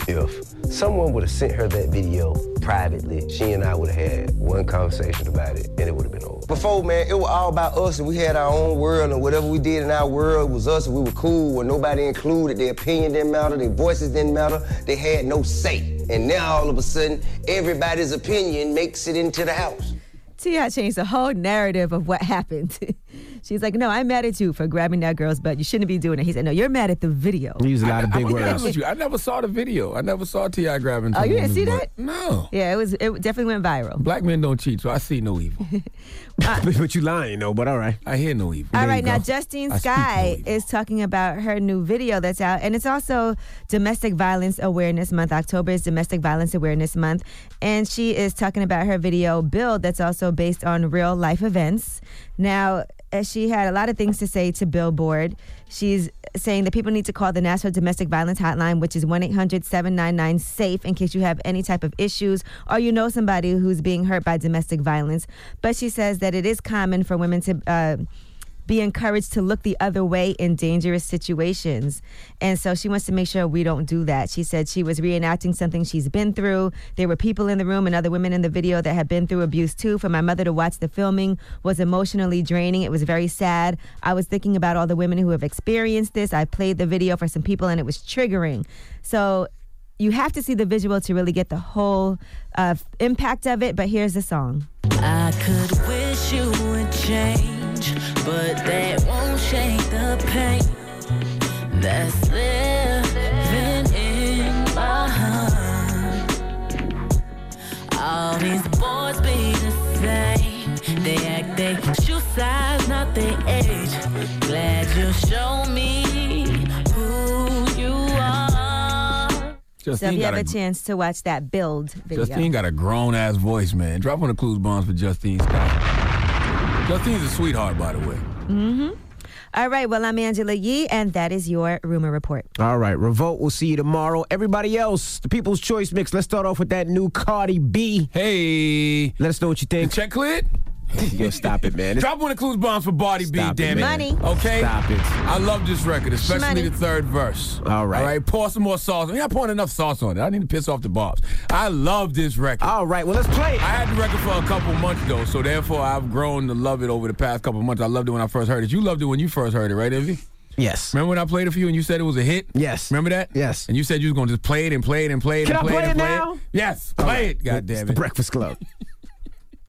Speaker 14: if someone would have sent her that video privately, she and I would have had one conversation about it and it would have been over. Before, man, it was all about us and we had our own world and whatever we did in our world was us and we were cool and nobody included. Their opinion didn't matter, their voices didn't matter, they had no say. And now all of a sudden, everybody's opinion makes it into the house.
Speaker 6: T.I. changed the whole narrative of what happened. She's like, no, I'm mad at you for grabbing that girl's butt. You shouldn't be doing it. He said, no, you're mad at the video.
Speaker 3: He used a lot of big
Speaker 7: I'm gonna be honest
Speaker 3: words.
Speaker 7: with you. I never saw the video. I never saw Ti grabbing.
Speaker 6: Oh, you
Speaker 7: some
Speaker 6: didn't see
Speaker 7: woman's
Speaker 6: that?
Speaker 7: butt. No.
Speaker 6: Yeah, it was. It definitely went viral.
Speaker 7: Black men don't cheat, so I see no evil.
Speaker 3: but you lying though. But all right,
Speaker 7: I hear no evil.
Speaker 6: All
Speaker 7: There you
Speaker 6: right, now
Speaker 7: go.
Speaker 6: Justine
Speaker 7: I speak
Speaker 6: Sky is talking about her new video that's out, and it's also Domestic Violence Awareness Month. October is Domestic Violence Awareness Month, and she is talking about her video Build that's also based on real life events. Now, uh, she had a lot of things to say to Billboard. She's saying that people need to call the National Domestic Violence Hotline, which is 1 800 799 SAFE, E in case you have any type of issues or you know somebody who's being hurt by domestic violence. But she says that it is common for women to. Uh, be encouraged to look the other way in dangerous situations. And so she wants to make sure we don't do that. She said she was reenacting something she's been through. There were people in the room and other women in the video that had been through abuse too. For my mother to watch the filming was emotionally draining. It was very sad. I was thinking about all the women who have experienced this. I played the video for some people and it was triggering. So you have to see the visual to really get the whole uh, impact of it. But here's the song.
Speaker 9: I could wish you would change, but that won't shake the pain that's living in my heart. All these boys be the same. They act they shoe size, not their age. Glad you show me who you are.
Speaker 6: so if
Speaker 7: Justine
Speaker 6: you have
Speaker 7: got
Speaker 6: a
Speaker 7: a
Speaker 6: chance to watch that build video.
Speaker 7: Justine got a grown ass voice, man. Drop on the clues bombs for Justine Scott. Justine's a sweetheart, by the way.
Speaker 6: Mm-hmm. All right. Well, I'm Angela Yee, and that is your rumor report.
Speaker 3: All right, Revolt. We'll see you tomorrow. Everybody else, the People's Choice Mix. Let's start off with that new Cardi B.
Speaker 7: Hey,
Speaker 3: let us know what you think.
Speaker 7: Check cleared.
Speaker 3: Yo, stop it, man.
Speaker 7: Drop one of the clues bombs for Barty
Speaker 3: Stop it,
Speaker 7: B, damn it.
Speaker 3: man. Money.
Speaker 7: Okay?
Speaker 3: Stop it.
Speaker 7: I love this record, especially
Speaker 3: Money.
Speaker 7: the third verse.
Speaker 3: All right.
Speaker 7: All right, pour some more sauce. I mean, I'm pouring enough sauce on it. I need to piss off the bobs. I love this record.
Speaker 3: All right, well, let's play it. I
Speaker 7: had the record for a couple months, though, so therefore I've grown to love it over the past couple months. I loved it when I first heard it. You loved it when you first heard it, right, Envy?
Speaker 3: Yes.
Speaker 7: Remember when I played it for you and you said it was a hit? Yes. Remember that? Yes. And you said you was going to just play it and play it and play it
Speaker 3: Can
Speaker 7: and
Speaker 3: I
Speaker 7: play,
Speaker 3: play
Speaker 7: it
Speaker 3: it
Speaker 7: and play
Speaker 3: now?
Speaker 7: it? Yes. Play it, goddamn it.
Speaker 3: Breakfast Club.